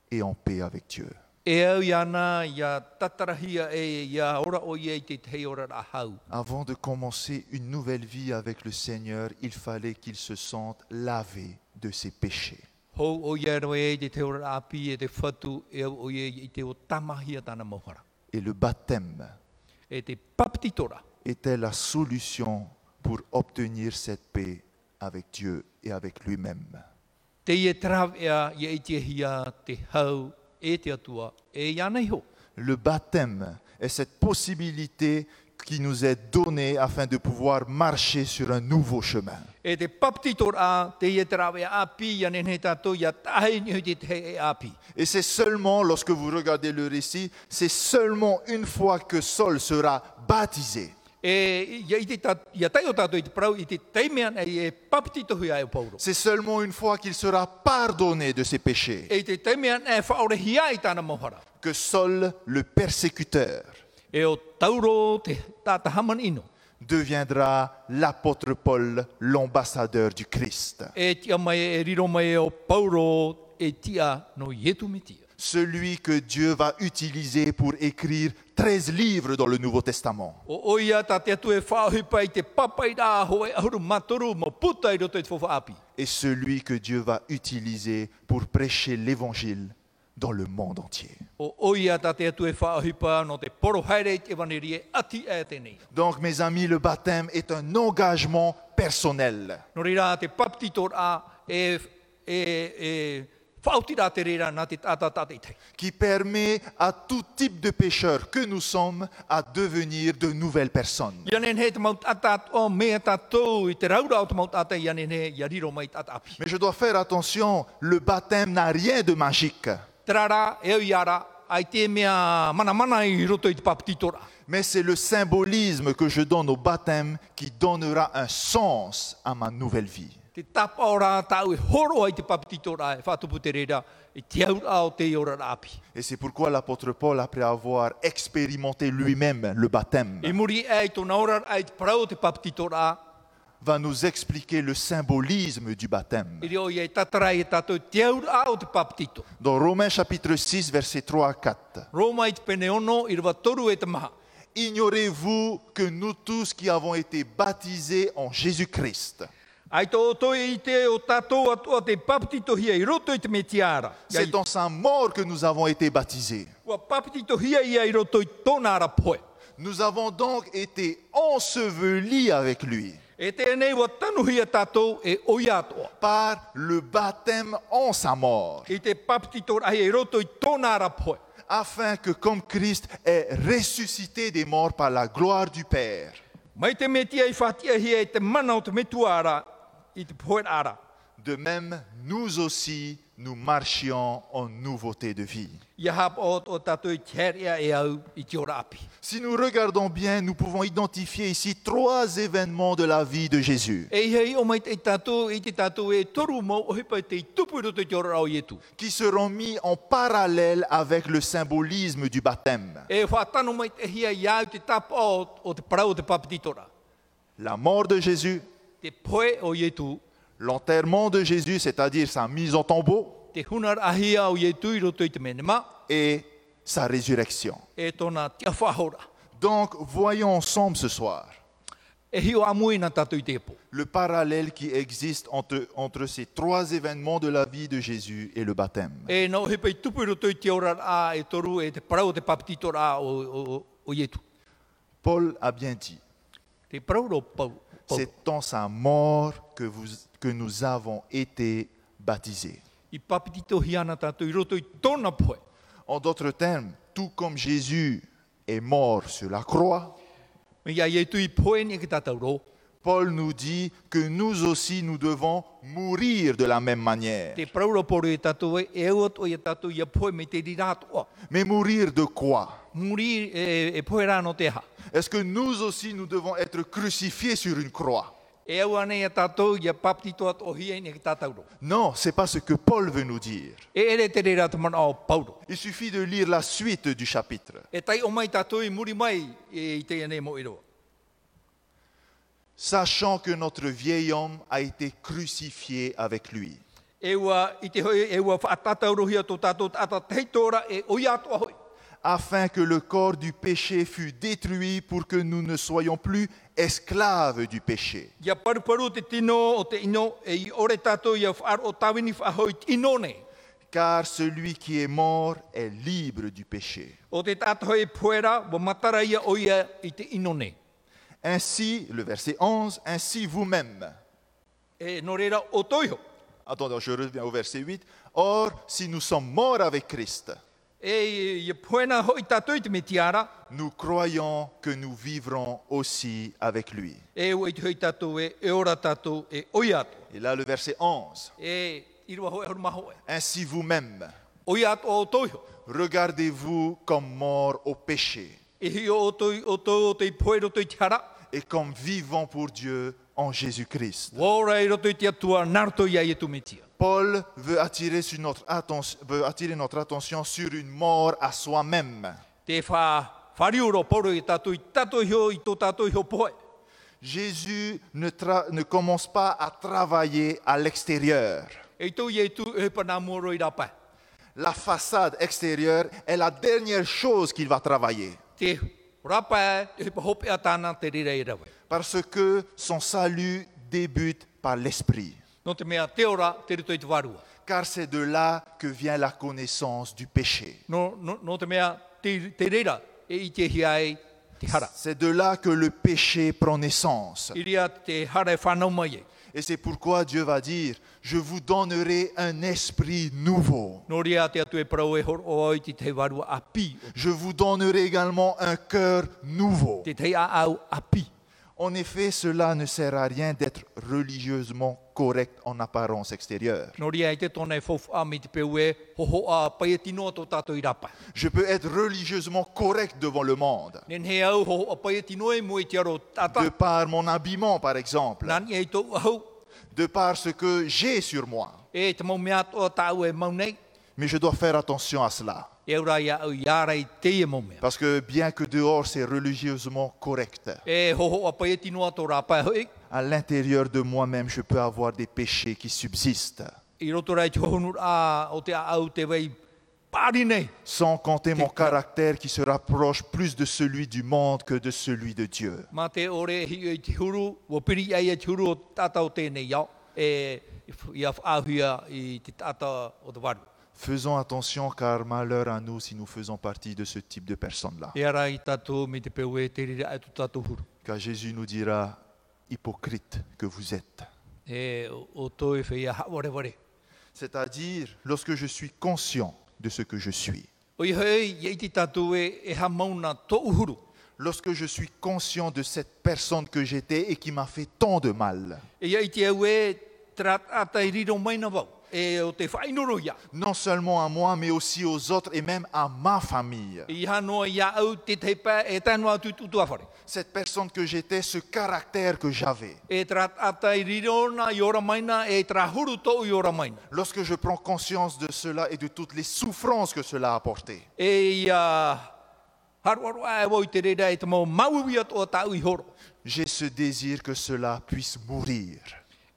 [SPEAKER 1] et en paix avec Dieu.
[SPEAKER 2] E au iana ia tatarahia e ia ora o ia i te te orara hau.
[SPEAKER 1] Avant de commencer une nouvelle vie avec le Seigneur, il fallait qu'il se sente lavé de ses péchés.
[SPEAKER 2] Hou o ia roe e te te ora api e te whatu e au o ia i te o tamahia tāna mauhara.
[SPEAKER 1] Et le baptême
[SPEAKER 2] E te paptitora.
[SPEAKER 1] était la solution pour obtenir cette paix avec Dieu et avec lui-même.
[SPEAKER 2] Te ie trav ea ia i te hia te hau e te atua e ia nei ho.
[SPEAKER 1] Le baptême est cette possibilité qui nous est donnée afin de pouvoir marcher sur un nouveau chemin.
[SPEAKER 2] E te paptitora te ie trav ea api ia nene tato ia tahe ni hui te te e api.
[SPEAKER 1] Et c'est seulement, lorsque vous regardez le récit, c'est seulement une fois que Saul sera baptisé
[SPEAKER 2] E ia, i te tato, ia tai o tato i te prau i te teimea nei e paptitohu ia e o pauro.
[SPEAKER 1] C'est seulement une fois qu'il sera pardonné de ses péchés
[SPEAKER 2] E i te teimea nei e whaorehia i tāna mauhara.
[SPEAKER 1] que Saul, le persécuteur,
[SPEAKER 2] E o tauro te tātahaman ino.
[SPEAKER 1] deviendra l'apôtre Paul, l'ambassadeur du Christ,
[SPEAKER 2] e tia mai e riro mai e o pauro e tia no ietu me tia.
[SPEAKER 1] celui que Dieu va utiliser pour écrire 13 livres dans le Nouveau Testament.
[SPEAKER 2] O oia ta te atu e whāhupa i te papai rā ho e ahuru matoru mo puta i roto i te whawha api.
[SPEAKER 1] et celui que Dieu va utiliser pour prêcher l'évangile dans le monde entier.
[SPEAKER 2] O oia ta te atu e whāhupa no te poro haere i te waneri e ati e tēnei.
[SPEAKER 1] Donc mes amis, le baptême est un engagement personnel.
[SPEAKER 2] No reira te paptitor a e, e, e whautira te reira nā te tata tate i tei.
[SPEAKER 1] qui permet à tout type de pécheur que nous sommes à devenir de nouvelles personnes.
[SPEAKER 2] Ianen he te maut atat o mea tatou i te raura o te maut atat ianen he ia riro mai tata api.
[SPEAKER 1] Mais je dois faire attention, le baptême n'a rien de magique,
[SPEAKER 2] Trara e iara ai te mea mana mana i roto i te paptitora.
[SPEAKER 1] mais c'est le symbolisme que je donne au baptême qui donnera un sens à ma nouvelle vie.
[SPEAKER 2] Te tapa ora tau e horo ai te paptitora e whatupu te reira e te aura o te ora api.
[SPEAKER 1] Et c'est pourquoi l'apôtre Paul, après avoir expérimenté lui-même le baptême,
[SPEAKER 2] E muri e i tōna ora ai te parau o te paptitora
[SPEAKER 1] va nous expliquer le symbolisme du baptême.
[SPEAKER 2] e reo i e tatara e tatou te aura o te paptito.
[SPEAKER 1] Dans Romains chapitre 6, versets 3 à 4,
[SPEAKER 2] Roma i te peneono i rawa toru e te maha.
[SPEAKER 1] Ignorez-vous que nous tous qui avons été baptisés en Jésus-Christ,
[SPEAKER 2] Ai tō toi i te o tatou atua te paptitohia i roto i te metiara. Ia
[SPEAKER 1] c'est
[SPEAKER 2] i
[SPEAKER 1] en sa mort que nous avons été baptisés.
[SPEAKER 2] ua paptitohia ia i roto i tōna ara poe.
[SPEAKER 1] Nous avons donc été ensevelis avec lui
[SPEAKER 2] E tēnei ua tanuhia tatou e oia atua.
[SPEAKER 1] par le baptême en sa mort,
[SPEAKER 2] i te paptitor ai e roto i tōna rapoe.
[SPEAKER 1] afin que comme Christ est ressuscité des morts par la gloire du Père,
[SPEAKER 2] Mai te metia i whatia hia i te mana o te metuara i te poet ara.
[SPEAKER 1] de même nous aussi, nous marchions en nouveauté de vie.
[SPEAKER 2] Je heb ooit ooit dat uit her ja ja iets orapi.
[SPEAKER 1] Si nous regardons bien, nous pouvons identifier ici trois événements de la vie de Jésus
[SPEAKER 2] E hei o mai te tato e te tato e toru mo o hepa te tupuro te jora o yetu.
[SPEAKER 1] qui seront mis en parallèle avec le symbolisme du baptême.
[SPEAKER 2] E whātano mai te hia iau te tapa o, o te parau o te papatitora.
[SPEAKER 1] La mort de Jésus,
[SPEAKER 2] Te poe o yetu,
[SPEAKER 1] l'enterrement de Jésus, c'est-à-dire sa mise en tombeau,
[SPEAKER 2] te hunar ahia o yetu i roto i te menema,
[SPEAKER 1] et sa résurrection.
[SPEAKER 2] e tōna tia whahora.
[SPEAKER 1] Donc voyons ensemble ce soir
[SPEAKER 2] E hio amui nā tato i te epo.
[SPEAKER 1] le parallèle qui existe entre, entre ces trois événements de la vie de Jésus et le baptême.
[SPEAKER 2] E nā o hepa i tupu i roto i te ora a e toru e te parau o te papatitora a o, o, o, o yetu.
[SPEAKER 1] Paul a bien dit,
[SPEAKER 2] Te parau ro pau. pau.
[SPEAKER 1] c'est en sa mort que, vous, que nous avons été baptisés.
[SPEAKER 2] I papatito hia nā tato i roto i tōna poe.
[SPEAKER 1] En d'autres termes, tout comme Jésus est mort sur la croix,
[SPEAKER 2] Me ia yetu i poe ni ki tatau ro.
[SPEAKER 1] Paul nous dit que nous aussi nous devons mourir de la même manière.
[SPEAKER 2] Te parau ro poro i tato e e o i tato i a poe me te rirato.
[SPEAKER 1] Mais mourir de quoi
[SPEAKER 2] Muri e, e poe rā no te ha.
[SPEAKER 1] Est-ce que nous aussi nous devons être crucifiés sur une croix
[SPEAKER 2] E au ane e tātou i a papatito at o hia ni ki tātou ro.
[SPEAKER 1] Non, c'est pas ce que Paul veut nous dire.
[SPEAKER 2] E ere te reira te mana o pauro.
[SPEAKER 1] Il suffit de lire la suite du chapitre.
[SPEAKER 2] E tai o mai tātou i muri mai e i te ane mo iroa.
[SPEAKER 1] Sachant que notre vieil homme a été crucifié avec lui.
[SPEAKER 2] E ua i te hoi, e ua whaatatau rohi tō tātou tata teitora e oi ato a hoi.
[SPEAKER 1] afin que le corps du péché fût détruit pour que nous ne soyons plus esclaves du péché.
[SPEAKER 2] Ia paruparu te tino o te ino e i ore tātou ia whaaro o tawini whahoi tino ne.
[SPEAKER 1] Car celui qui est mort est libre du péché.
[SPEAKER 2] O te tātou e puera wa matara ia oia i te ino ne.
[SPEAKER 1] Ainsi, le verset 11, ainsi vous-même.
[SPEAKER 2] E no reira o toiho.
[SPEAKER 1] Attendez, je reviens au verset 8. Or, si nous sommes morts avec Christ,
[SPEAKER 2] E ia puena hoi tātou i te metiara.
[SPEAKER 1] nous croyons que nous vivrons aussi avec lui.
[SPEAKER 2] E ua i te hoi tātou e e ora tātou e oi ato.
[SPEAKER 1] Et là, le verset 11.
[SPEAKER 2] E i rua hoi horu maho e.
[SPEAKER 1] Ainsi vous-même,
[SPEAKER 2] Oi ato o toiho.
[SPEAKER 1] regardez-vous comme morts au péché
[SPEAKER 2] E hi o toi o toi o te poero toi te hara.
[SPEAKER 1] et comme vivants pour Dieu en Jésus-Christ.
[SPEAKER 2] Wora e i roto i te atua narto ia i e tu metia.
[SPEAKER 1] Paul veut attirer, sur notre atten- veut attirer notre attention sur une mort à soi-même.
[SPEAKER 2] Te wha whariuro poro i tātou i tātou hio i tō tātou hio poe.
[SPEAKER 1] Jésus ne, tra- ne commence pas à travailler à l'extérieur.
[SPEAKER 2] E tō i e tu e pana moro i rapa.
[SPEAKER 1] La façade extérieure est la dernière chose qu'il va travailler
[SPEAKER 2] Te rapa e pa hope a tāna te rira i rawe.
[SPEAKER 1] parce que son salut débute par l'esprit.
[SPEAKER 2] No te mea te ora te rito i te warua.
[SPEAKER 1] Car c'est de là que vient la connaissance du péché.
[SPEAKER 2] No, no, no te mea te, te rira e i te hia e te hara.
[SPEAKER 1] C'est de là que le péché prend naissance.
[SPEAKER 2] I ria te hara e whanau mai e.
[SPEAKER 1] Et c'est pourquoi Dieu va dire, je vous donnerai un esprit nouveau.
[SPEAKER 2] No ria te atu e parau e hor o ai te te warua a pi.
[SPEAKER 1] Je vous donnerai également un cœur nouveau.
[SPEAKER 2] Te te a au a pi.
[SPEAKER 1] En effet, cela ne sert à rien d'être religieusement correct en apparence extérieure.
[SPEAKER 2] No ria i te tōna e fofu a mi te peu e hoho a pai e tino tō tātou i rapa.
[SPEAKER 1] Je peux être religieusement correct devant le monde,
[SPEAKER 2] Nen he au ho apai e tino e mua i te aro
[SPEAKER 1] de
[SPEAKER 2] tata.
[SPEAKER 1] par mon habillement par exemple,
[SPEAKER 2] Nani e i tō au
[SPEAKER 1] de par ce que j'ai sur moi.
[SPEAKER 2] e te mau mea tō tāu e mau nei.
[SPEAKER 1] Mais je dois faire attention à cela,
[SPEAKER 2] E ura ia au iara i te e mau mea.
[SPEAKER 1] parce que bien que dehors c'est religieusement correct,
[SPEAKER 2] E hoho apai e tino tō rapa e hoi.
[SPEAKER 1] à l'intérieur de moi-même je peux avoir des péchés qui subsistent,
[SPEAKER 2] I roto rai te honur a o te a au te wei pāri nei.
[SPEAKER 1] sans compter mon
[SPEAKER 2] T'es-
[SPEAKER 1] caractère qui se rapproche plus de celui du monde que de celui de Dieu.
[SPEAKER 2] Mā te ore hi e te huru, wo piri ai e te huru o tātau tēnei iau. E ia whāhuia i te tātau o te waru.
[SPEAKER 1] Faisons attention car malheur à nous si nous faisons partie de ce type de personnes-là.
[SPEAKER 2] E ara i tātou me te peu e te rira e tu tātou huru.
[SPEAKER 1] Car Jésus nous dira, hypocrite que vous êtes.
[SPEAKER 2] E o- o tō e whea haware ware.
[SPEAKER 1] C'est-à-dire, lorsque je suis conscient de ce que je suis,
[SPEAKER 2] O i hei, i te tātou e, e ha mauna tō uhuru.
[SPEAKER 1] lorsque je suis conscient de cette personne que j'étais et qui m'a fait tant de mal,
[SPEAKER 2] E i te au e trat ata i riro mai na wau. E e o te whainoro ia.
[SPEAKER 1] non seulement à moi, mais aussi aux autres et même à ma famille.
[SPEAKER 2] I hanoa ia au te teipa e tano atu tutu awhare.
[SPEAKER 1] Cette personne que j'étais, ce caractère que j'avais.
[SPEAKER 2] E tra ata i rirona i ora maina, e tra huru to'u i ora maina.
[SPEAKER 1] Lorsque je prends conscience de cela et de toutes les souffrances que cela a apportées,
[SPEAKER 2] E ia haru haru ai wau i te reira e te mau mauwi atu o tau i horo.
[SPEAKER 1] j'ai ce désir que cela puisse mourir.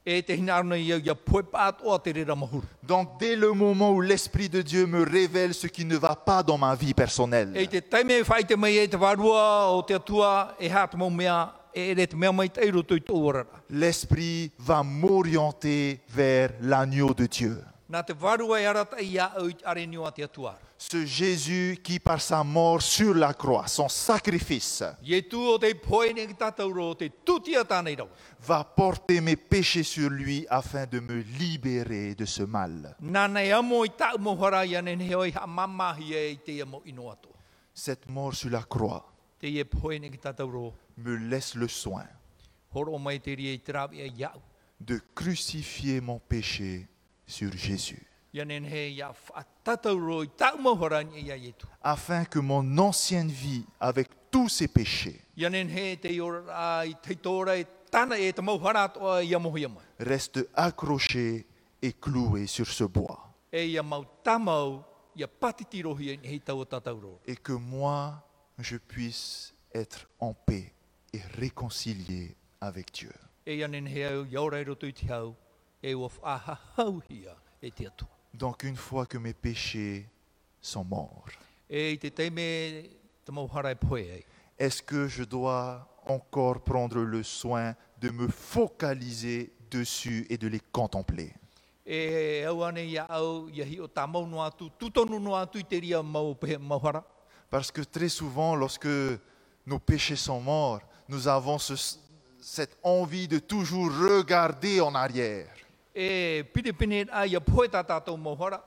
[SPEAKER 2] E te hina aruna ia ia poe pātoa te reira mahuru.
[SPEAKER 1] Donc dès le moment où l'Esprit de Dieu me révèle ce qui ne va pas dans ma vie
[SPEAKER 2] E
[SPEAKER 1] personnelle,
[SPEAKER 2] te taime e whaite mai e te warua o te atua e hā te mau mea e ere te mea mai te eiro tui tō orara.
[SPEAKER 1] l'Esprit va m'orienter vers l'agneau de Dieu.
[SPEAKER 2] Nā te warua e arata i a au i are niwa te atua.
[SPEAKER 1] Ce Jésus qui, par sa mort sur la croix, son sacrifice,
[SPEAKER 2] Ie tū o te poe ne ki tātou ro o te tutia tānei rau.
[SPEAKER 1] va porter mes péchés sur lui afin de me libérer de ce mal.
[SPEAKER 2] Nāna e amo i tāu mohara i ane neheo i ha mamahi e i te amo ino ato.
[SPEAKER 1] Cette mort sur la croix
[SPEAKER 2] Te ie poe ne ki tātou ro,
[SPEAKER 1] me laisse le soin
[SPEAKER 2] horo mai te rie i te rawe e iau.
[SPEAKER 1] de crucifier mon péché sur Jésus,
[SPEAKER 2] I ane nehe i a whātātou ro i tāu mohara ni i a ietu.
[SPEAKER 1] afin que mon ancienne vie, avec tous ses péchés,
[SPEAKER 2] Ianen he te ora i te tora e tana e te mauhara toa i amohi mai.
[SPEAKER 1] reste accrochée et clouée sur ce bois,
[SPEAKER 2] E ia mau tamau, ia patitirohi e hei tau o tatau roa.
[SPEAKER 1] et que moi, je puisse être en paix et réconcilié avec Dieu.
[SPEAKER 2] E ianen he au, ia ora i roto i te hau, e ua whaahauhia e te atua.
[SPEAKER 1] Donc une fois que mes péchés sont morts,
[SPEAKER 2] E i te teime te mauhara e poe ei.
[SPEAKER 1] est-ce que je dois encore prendre le soin de me focaliser dessus et de les contempler
[SPEAKER 2] E au ane ia au, ia hi o tamau no atu, tutonu no atu i te ria mau pehe mauhara.
[SPEAKER 1] Parce que très souvent, lorsque nos péchés sont morts, nous avons ce- cette envie de toujours regarder en arrière.
[SPEAKER 2] E piripine a ia poe tā tātou mauhara,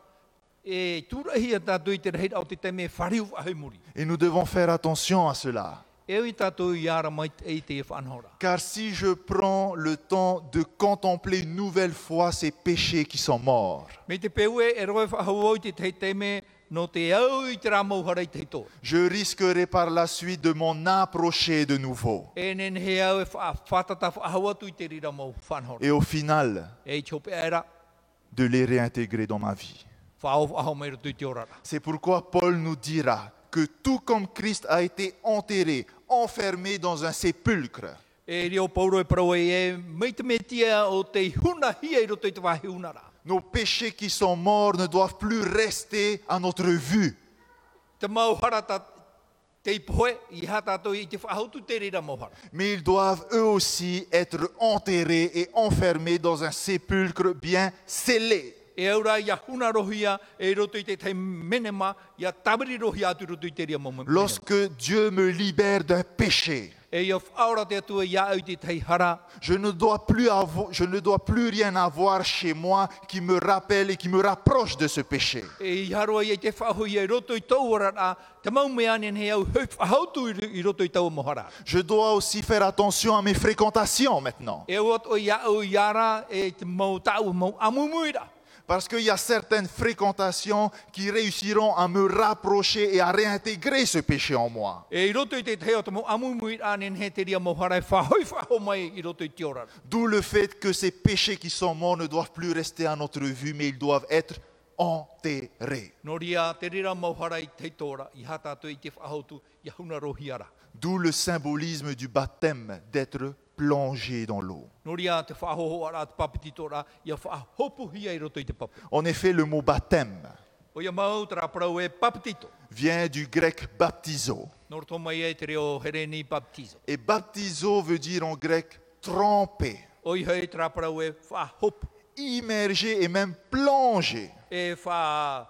[SPEAKER 2] e tūrahi a tātou i te rehera o te teime whariu ahei muri.
[SPEAKER 1] Et nous devons faire attention à cela.
[SPEAKER 2] E i tātou i ara mai e i te whanhora.
[SPEAKER 1] Car si je prends le temps de contempler une nouvelle fois ces péchés qui sont morts,
[SPEAKER 2] Me te pewe e roe whahau i te tei teme no te au i te rā mauhara i te tō.
[SPEAKER 1] je risquerai par la suite de m'en approcher de nouveau.
[SPEAKER 2] E nen he au e wha- whatata whahau atu i te rira mau whanhora.
[SPEAKER 1] Et au final,
[SPEAKER 2] E i chope aera,
[SPEAKER 1] de les réintégrer dans ma vie.
[SPEAKER 2] whao whahau mai rotu i te orara.
[SPEAKER 1] C'est pourquoi Paul nous dira que tout comme Christ a été enterré, enfermé dans un sépulcre,
[SPEAKER 2] E reo pauro e parau e e mei te metia o te huna hia i rotu i te wahi unara.
[SPEAKER 1] nos péchés qui sont morts ne doivent plus rester à notre vue,
[SPEAKER 2] Te mauhara ta te poe i hatato i te whahautu te rira mauhara.
[SPEAKER 1] mais ils doivent eux aussi être enterrés et enfermés dans un sépulcre bien scellé.
[SPEAKER 2] E aura ia huna rohia e rotu i te tei menema ia tabiri rohia atu i rotu i te rira mau menema.
[SPEAKER 1] Lorsque Dieu me libère d'un péché,
[SPEAKER 2] E ia whaora te atua ia au te tei hara,
[SPEAKER 1] je ne, dois plus avo- je ne dois plus rien avoir chez moi qui me rappelle et qui me rapproche de ce péché.
[SPEAKER 2] e i haroa i te whahui e roto i tau orara, te mau mea nen he au hau whahautu i i roto i tau mohara.
[SPEAKER 1] Je dois aussi faire attention à mes fréquentations maintenant.
[SPEAKER 2] E wat o ia au iara e te mau tau mau amumuira.
[SPEAKER 1] Parce qu'il y a certaines fréquentations qui réussiront à me rapprocher et à réintégrer ce péché en moi.
[SPEAKER 2] E i roto i te teo te mau amumuira nen he te ria mohara e whahoi whaho mai i roto i te orara.
[SPEAKER 1] D'où le fait que ces péchés qui sont morts ne doivent plus rester à notre vue, mais ils doivent être enterrés.
[SPEAKER 2] No ria te rira mohara i te tora, i hatato i te whahautu, i huna rohi ara.
[SPEAKER 1] D'où le symbolisme du baptême, d'être plongé dans l'eau.
[SPEAKER 2] No ria te whahoho ara te papiti tora, i a whahopuhia i roto i te papu.
[SPEAKER 1] En effet, le mot baptême
[SPEAKER 2] O ia mau tera parau e papitito.
[SPEAKER 1] vient du grec baptizo.
[SPEAKER 2] Nor tō mai e te reo hereni papitizo.
[SPEAKER 1] Et baptizo veut dire en grec tremper,
[SPEAKER 2] Oi hei trapara e whahop,
[SPEAKER 1] immerger et même plonger.
[SPEAKER 2] e wha,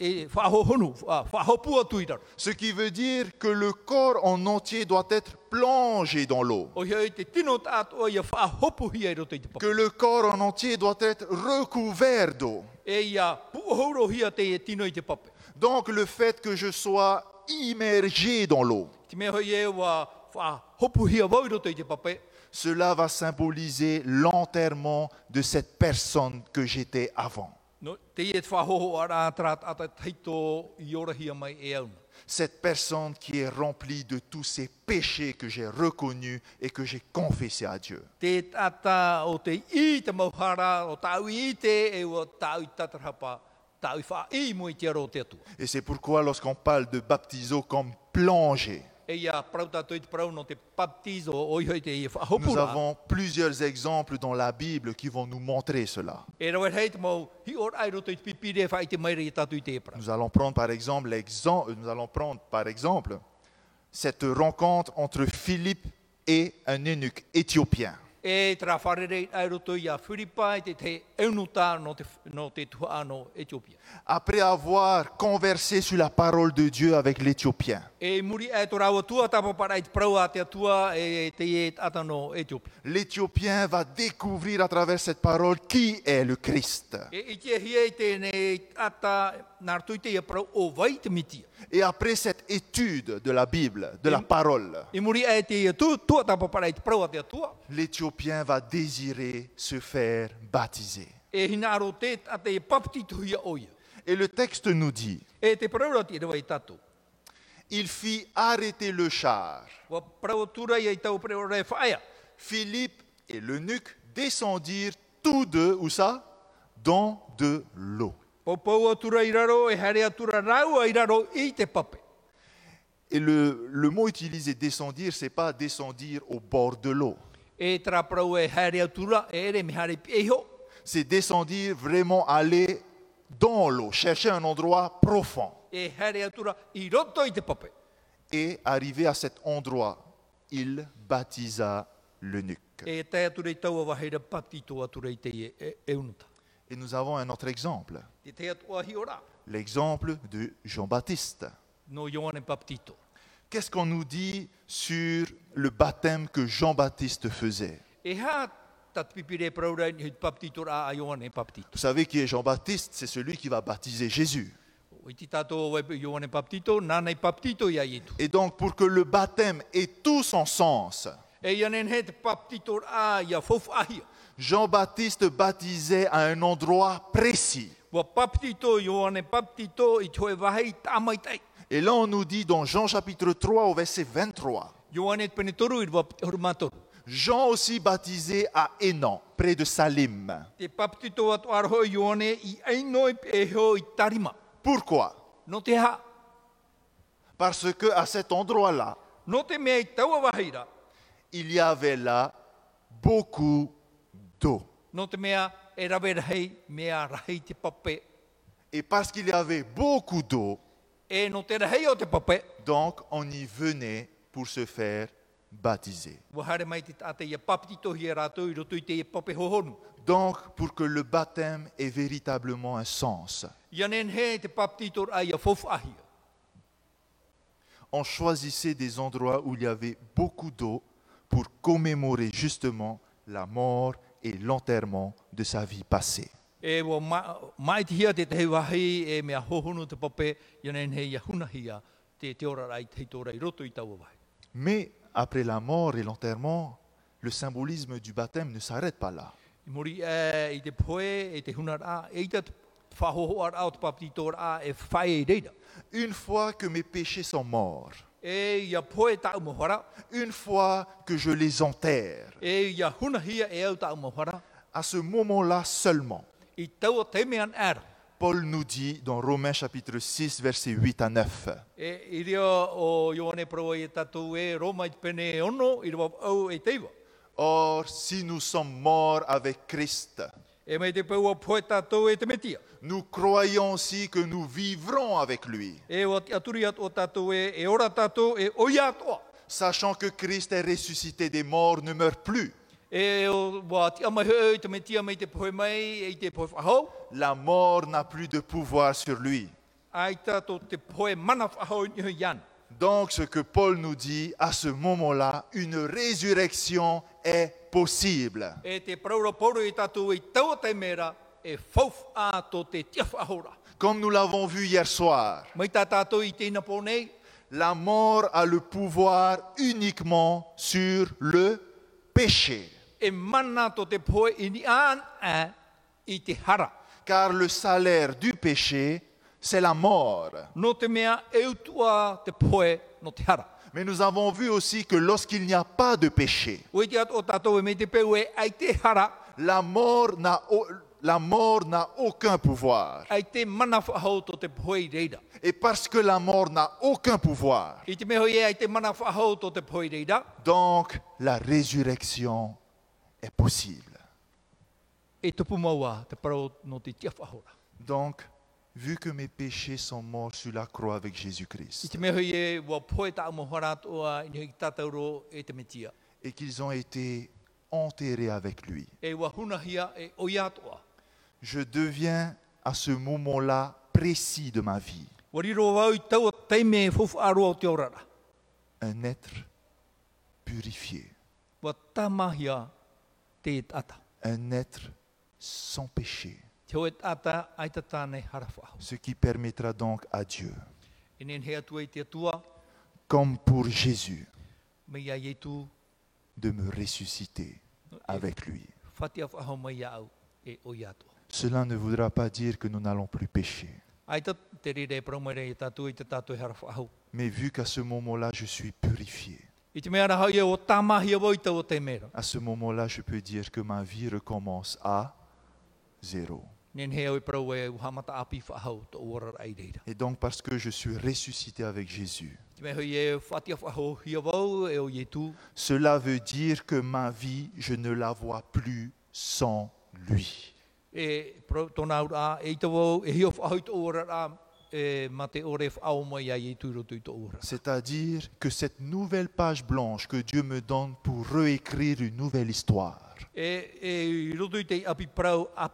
[SPEAKER 2] e whahohonu, wha- whahopu atu i raro.
[SPEAKER 1] Ce qui veut dire que le corps en entier doit être plongé dans l'eau,
[SPEAKER 2] Oi hei te tino tātua i a whahopu hia i roto i te
[SPEAKER 1] que
[SPEAKER 2] papa.
[SPEAKER 1] le corps en entier doit être recouvert d'eau.
[SPEAKER 2] E i a puohoro hia te e tino i te papa.
[SPEAKER 1] Donc le fait que je sois immergé dans l'eau,
[SPEAKER 2] Ti mea hoi e wa whahopu hia wau i roto i te papa.
[SPEAKER 1] cela va symboliser l'enterrement de cette personne que j'étais avant.
[SPEAKER 2] No, te e te whahoho ara atrat ata teito i orahia mai e auna.
[SPEAKER 1] Cette personne qui est remplie de tous ces péchés que j'ai reconnus et que j'ai confessés à Dieu.
[SPEAKER 2] Te tata o te i te mauhara, o tāu i te e o tāu i tatarapa, tāu i wha i mui te aro te atua.
[SPEAKER 1] Et c'est pourquoi lorsqu'on parle de baptiso comme plongée,
[SPEAKER 2] E ia prauta toi te prau no te baptizo o i hoi te i e
[SPEAKER 1] nous
[SPEAKER 2] whahopura.
[SPEAKER 1] avons plusieurs exemples dans la Bible qui vont nous montrer cela.
[SPEAKER 2] E rau e hei te mau, hi ora ai roto i te pipire e wha i te maire i tatu i te e prau.
[SPEAKER 1] Nous allons prendre par exemple, l'exem- euh, nous allons prendre par exemple cette rencontre entre Philippe et un eunuque éthiopien.
[SPEAKER 2] E tera wharere ai roto i a whiripa i te te eunutā no te, no te tua ano Etiopia.
[SPEAKER 1] Après avoir conversé sur la parole de Dieu avec l'Éthiopien,
[SPEAKER 2] E muri e tō rāua tua tapa para i te prau a te atua e te e atano Etiopia.
[SPEAKER 1] l'Éthiopien va découvrir à travers cette parole qui est le Christ.
[SPEAKER 2] E i te hia i tēnei ata nārtu i te ia prau o vai te mitia.
[SPEAKER 1] Et après cette étude de la Bible, de la parole,
[SPEAKER 2] E muri e te ia tu, tua tapa para i te prau a te atua.
[SPEAKER 1] l'Éthiopien va désirer se faire baptiser.
[SPEAKER 2] E hina aro te ata e papti tu hia oia.
[SPEAKER 1] Et le texte nous dit,
[SPEAKER 2] E te prau rati e rawa i tatu.
[SPEAKER 1] il fit arrêter le char.
[SPEAKER 2] Wa prau tura i e tau prau rai whaia.
[SPEAKER 1] Philippe et l'eunuque descendirent tous deux, où ça Dans de l'eau.
[SPEAKER 2] Popou atura i raro e hare atura raua i raro i te pape.
[SPEAKER 1] Et le, le mot utilisé descendir, c'est pas descendir au bord de l'eau.
[SPEAKER 2] E tra prau e hare atura e ere me hare pieho.
[SPEAKER 1] C'est descendir vraiment aller dans l'eau, chercher un endroit profond
[SPEAKER 2] E hare atura i roto i te pape.
[SPEAKER 1] et arriver à cet endroit. Il baptisa l'eunuque.
[SPEAKER 2] E tai atura i taua waheira pati tō atura i te e, e, e unuta.
[SPEAKER 1] Et nous avons un autre exemple,
[SPEAKER 2] Te te atua hi ora.
[SPEAKER 1] l'exemple de Jean-Baptiste.
[SPEAKER 2] No Ioane Baptito.
[SPEAKER 1] Qu'est-ce qu'on nous dit sur le baptême que Jean-Baptiste faisait
[SPEAKER 2] E ha tatpipire praura i Baptito ra a Ioane Baptito.
[SPEAKER 1] Vous savez qui est Jean-Baptiste C'est celui qui va baptiser Jésus.
[SPEAKER 2] O iti tato wai e Ioane Baptito, nānei Baptito ia itu.
[SPEAKER 1] Et donc, pour que le baptême ait tout son sens,
[SPEAKER 2] E ianen he te Baptito ra ia fofu ahia.
[SPEAKER 1] Jean-Baptiste baptisait à un endroit précis.
[SPEAKER 2] Wa Baptito, Ioane Baptito, i toe wahei tamai tai.
[SPEAKER 1] Et là, on nous dit dans Jean chapitre 3 au verset 23,
[SPEAKER 2] Ioane penetoru i rua horumatoru.
[SPEAKER 1] Jean aussi baptisait à Énan, près de Salim.
[SPEAKER 2] Te Baptito atu arho Ioane i aino i peho i tarima.
[SPEAKER 1] Pourquoi
[SPEAKER 2] No te ha.
[SPEAKER 1] Parce que à cet endroit-là,
[SPEAKER 2] No te mea i taua waheira.
[SPEAKER 1] il y avait là beaucoup d'eau.
[SPEAKER 2] No te mea e rawe rahei, mea rahei te pape.
[SPEAKER 1] Et parce qu'il y avait beaucoup d'eau,
[SPEAKER 2] E no te rahei o te pape,
[SPEAKER 1] donc on y venait pour se faire baptiser.
[SPEAKER 2] wahare mai te tate ia papitito hi e rātou i roto i te ia pape hohonu.
[SPEAKER 1] Donc, pour que le baptême ait véritablement un sens,
[SPEAKER 2] Ia nen he te papitito a ia fofu ahia.
[SPEAKER 1] on choisissait des endroits où il y avait beaucoup d'eau pour commémorer justement la mort et l'enterrement de sa vie passée.
[SPEAKER 2] E wa ma- mai te hia te te wahi e mea hohonu te pape, ia nen he ia hunahia te te ora rai te tora i roto i taua wahi.
[SPEAKER 1] Mais après la mort et l'enterrement, le symbolisme du baptême ne s'arrête pas là.
[SPEAKER 2] I mori e i te poe, e te hunar a, e i te whahoho ar au te papitito a e whae i reira.
[SPEAKER 1] Une fois que mes péchés sont morts,
[SPEAKER 2] E ia poe tau mohara,
[SPEAKER 1] une fois que je les enterre,
[SPEAKER 2] e ia hunahia e au tau mohara,
[SPEAKER 1] à ce moment-là seulement,
[SPEAKER 2] I taua te mea an ara.
[SPEAKER 1] Paul nous dit dans Romains chapitre 6, versets 8 à 9.
[SPEAKER 2] E, I reo o Ioane Proa i tatu e Roma i te pene e ono, i reo au e teiwa.
[SPEAKER 1] Or, si nous sommes morts avec Christ,
[SPEAKER 2] E mei te paua poe tatu e te metia.
[SPEAKER 1] nous croyons aussi que nous vivrons avec lui,
[SPEAKER 2] E o te aturi atu o tatu e, e ora tatu e oia atua.
[SPEAKER 1] sachant que Christ est ressuscité des morts, ne meurt plus.
[SPEAKER 2] E o wā te amaheu i te metia mei te poe mai, e i te poe whahau.
[SPEAKER 1] La mort n'a plus de pouvoir sur lui.
[SPEAKER 2] Ai tatu te poe mana whahau i hui iana.
[SPEAKER 1] Donc, ce que Paul nous dit, à ce moment-là, une résurrection est possible.
[SPEAKER 2] E te praura pauro i tatu i taua te mera e fauf a tō te tia whahora.
[SPEAKER 1] Comme nous l'avons vu hier soir,
[SPEAKER 2] Mei tā tatu i tēnā pōnei,
[SPEAKER 1] la mort a le pouvoir uniquement sur le péché.
[SPEAKER 2] e mana tō te poe i ni an a i te hara.
[SPEAKER 1] car le salaire du péché, c'est la mort.
[SPEAKER 2] No te mea eu tua te poe no te hara.
[SPEAKER 1] Mais nous avons vu aussi que lorsqu'il n'y a pas de péché,
[SPEAKER 2] O te ato o tātou e me te peu e ai te hara,
[SPEAKER 1] la mort n'a au- la mort n'a aucun pouvoir.
[SPEAKER 2] ai te mana whahau tō te poe i reira.
[SPEAKER 1] Et parce que la mort n'a aucun pouvoir,
[SPEAKER 2] I te mea hoi e ai te mana whahau tō te poe i reira,
[SPEAKER 1] donc la résurrection est possible.
[SPEAKER 2] e tupu maua te parau no te tia whahora.
[SPEAKER 1] Donc, vu que mes péchés sont morts sur la croix avec
[SPEAKER 2] I
[SPEAKER 1] Jésus-Christ
[SPEAKER 2] te mea hoi e wā poe tā amohara toa i nei tātauro e te metia.
[SPEAKER 1] et qu'ils ont été enterrés avec lui,
[SPEAKER 2] E wā hunahia e oia toa.
[SPEAKER 1] je deviens à ce moment-là précis de ma vie
[SPEAKER 2] Wariro wau i taua teime e fofu aroa o te orara.
[SPEAKER 1] un être purifié,
[SPEAKER 2] Wā tamahia te tata.
[SPEAKER 1] un être sans péché,
[SPEAKER 2] Te hoe tata ai te tāne hara whahau.
[SPEAKER 1] ce qui permettra donc à Dieu,
[SPEAKER 2] E nen hea tua i te atua,
[SPEAKER 1] comme pour Jésus,
[SPEAKER 2] me ia i tū
[SPEAKER 1] de me ressusciter avec lui.
[SPEAKER 2] whatia whahau mai au e oia toa.
[SPEAKER 1] Cela ne voudra pas dire que nous n'allons plus pécher,
[SPEAKER 2] Ai tā te rere e praumere i tātou i te tātou e hara whahau.
[SPEAKER 1] mais vu qu'à ce moment-là, je suis purifié,
[SPEAKER 2] I te mea rahau ia o tamahia wau i taua teimera.
[SPEAKER 1] à ce moment-là, je peux dire que ma vie recommence à zéro.
[SPEAKER 2] Nen hea oi prau e uhamata api whahau tō orara ai reira.
[SPEAKER 1] Et donc, parce que je suis ressuscité avec Jésus,
[SPEAKER 2] Te mea hoi e whatia whahau hia wau e o ietu.
[SPEAKER 1] cela veut dire que ma vie, je ne la vois plus sans lui.
[SPEAKER 2] E prau tōna ura e i tawau e hia whahau i tō orara e ma te ore whao mai ai i tūro tū i tō orara.
[SPEAKER 1] C'est-à-dire que cette nouvelle page blanche que Dieu me donne pour réécrire une nouvelle histoire,
[SPEAKER 2] E, e i roto i te api prau a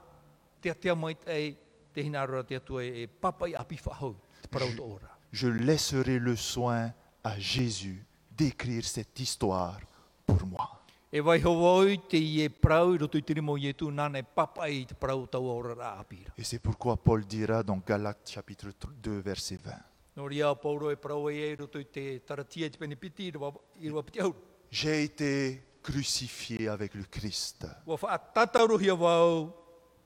[SPEAKER 2] te atea mai te, te hina arora te atua e papai api whahau te prau tō orara.
[SPEAKER 1] je laisserai le soin à Jésus d'écrire cette histoire pour moi.
[SPEAKER 2] E vai hawai te i e prau i roto i te rimo i e tū nana e papai i te prau tau orara apira.
[SPEAKER 1] Et c'est pourquoi Paul dira dans Galates chapitre 2 verset 20,
[SPEAKER 2] Nō ria pauro e prau e e roto i te taratia i te pene piti i rua, i rua piti auru.
[SPEAKER 1] J'ai été crucifié avec le Christ.
[SPEAKER 2] Wa wha atatauru hia wau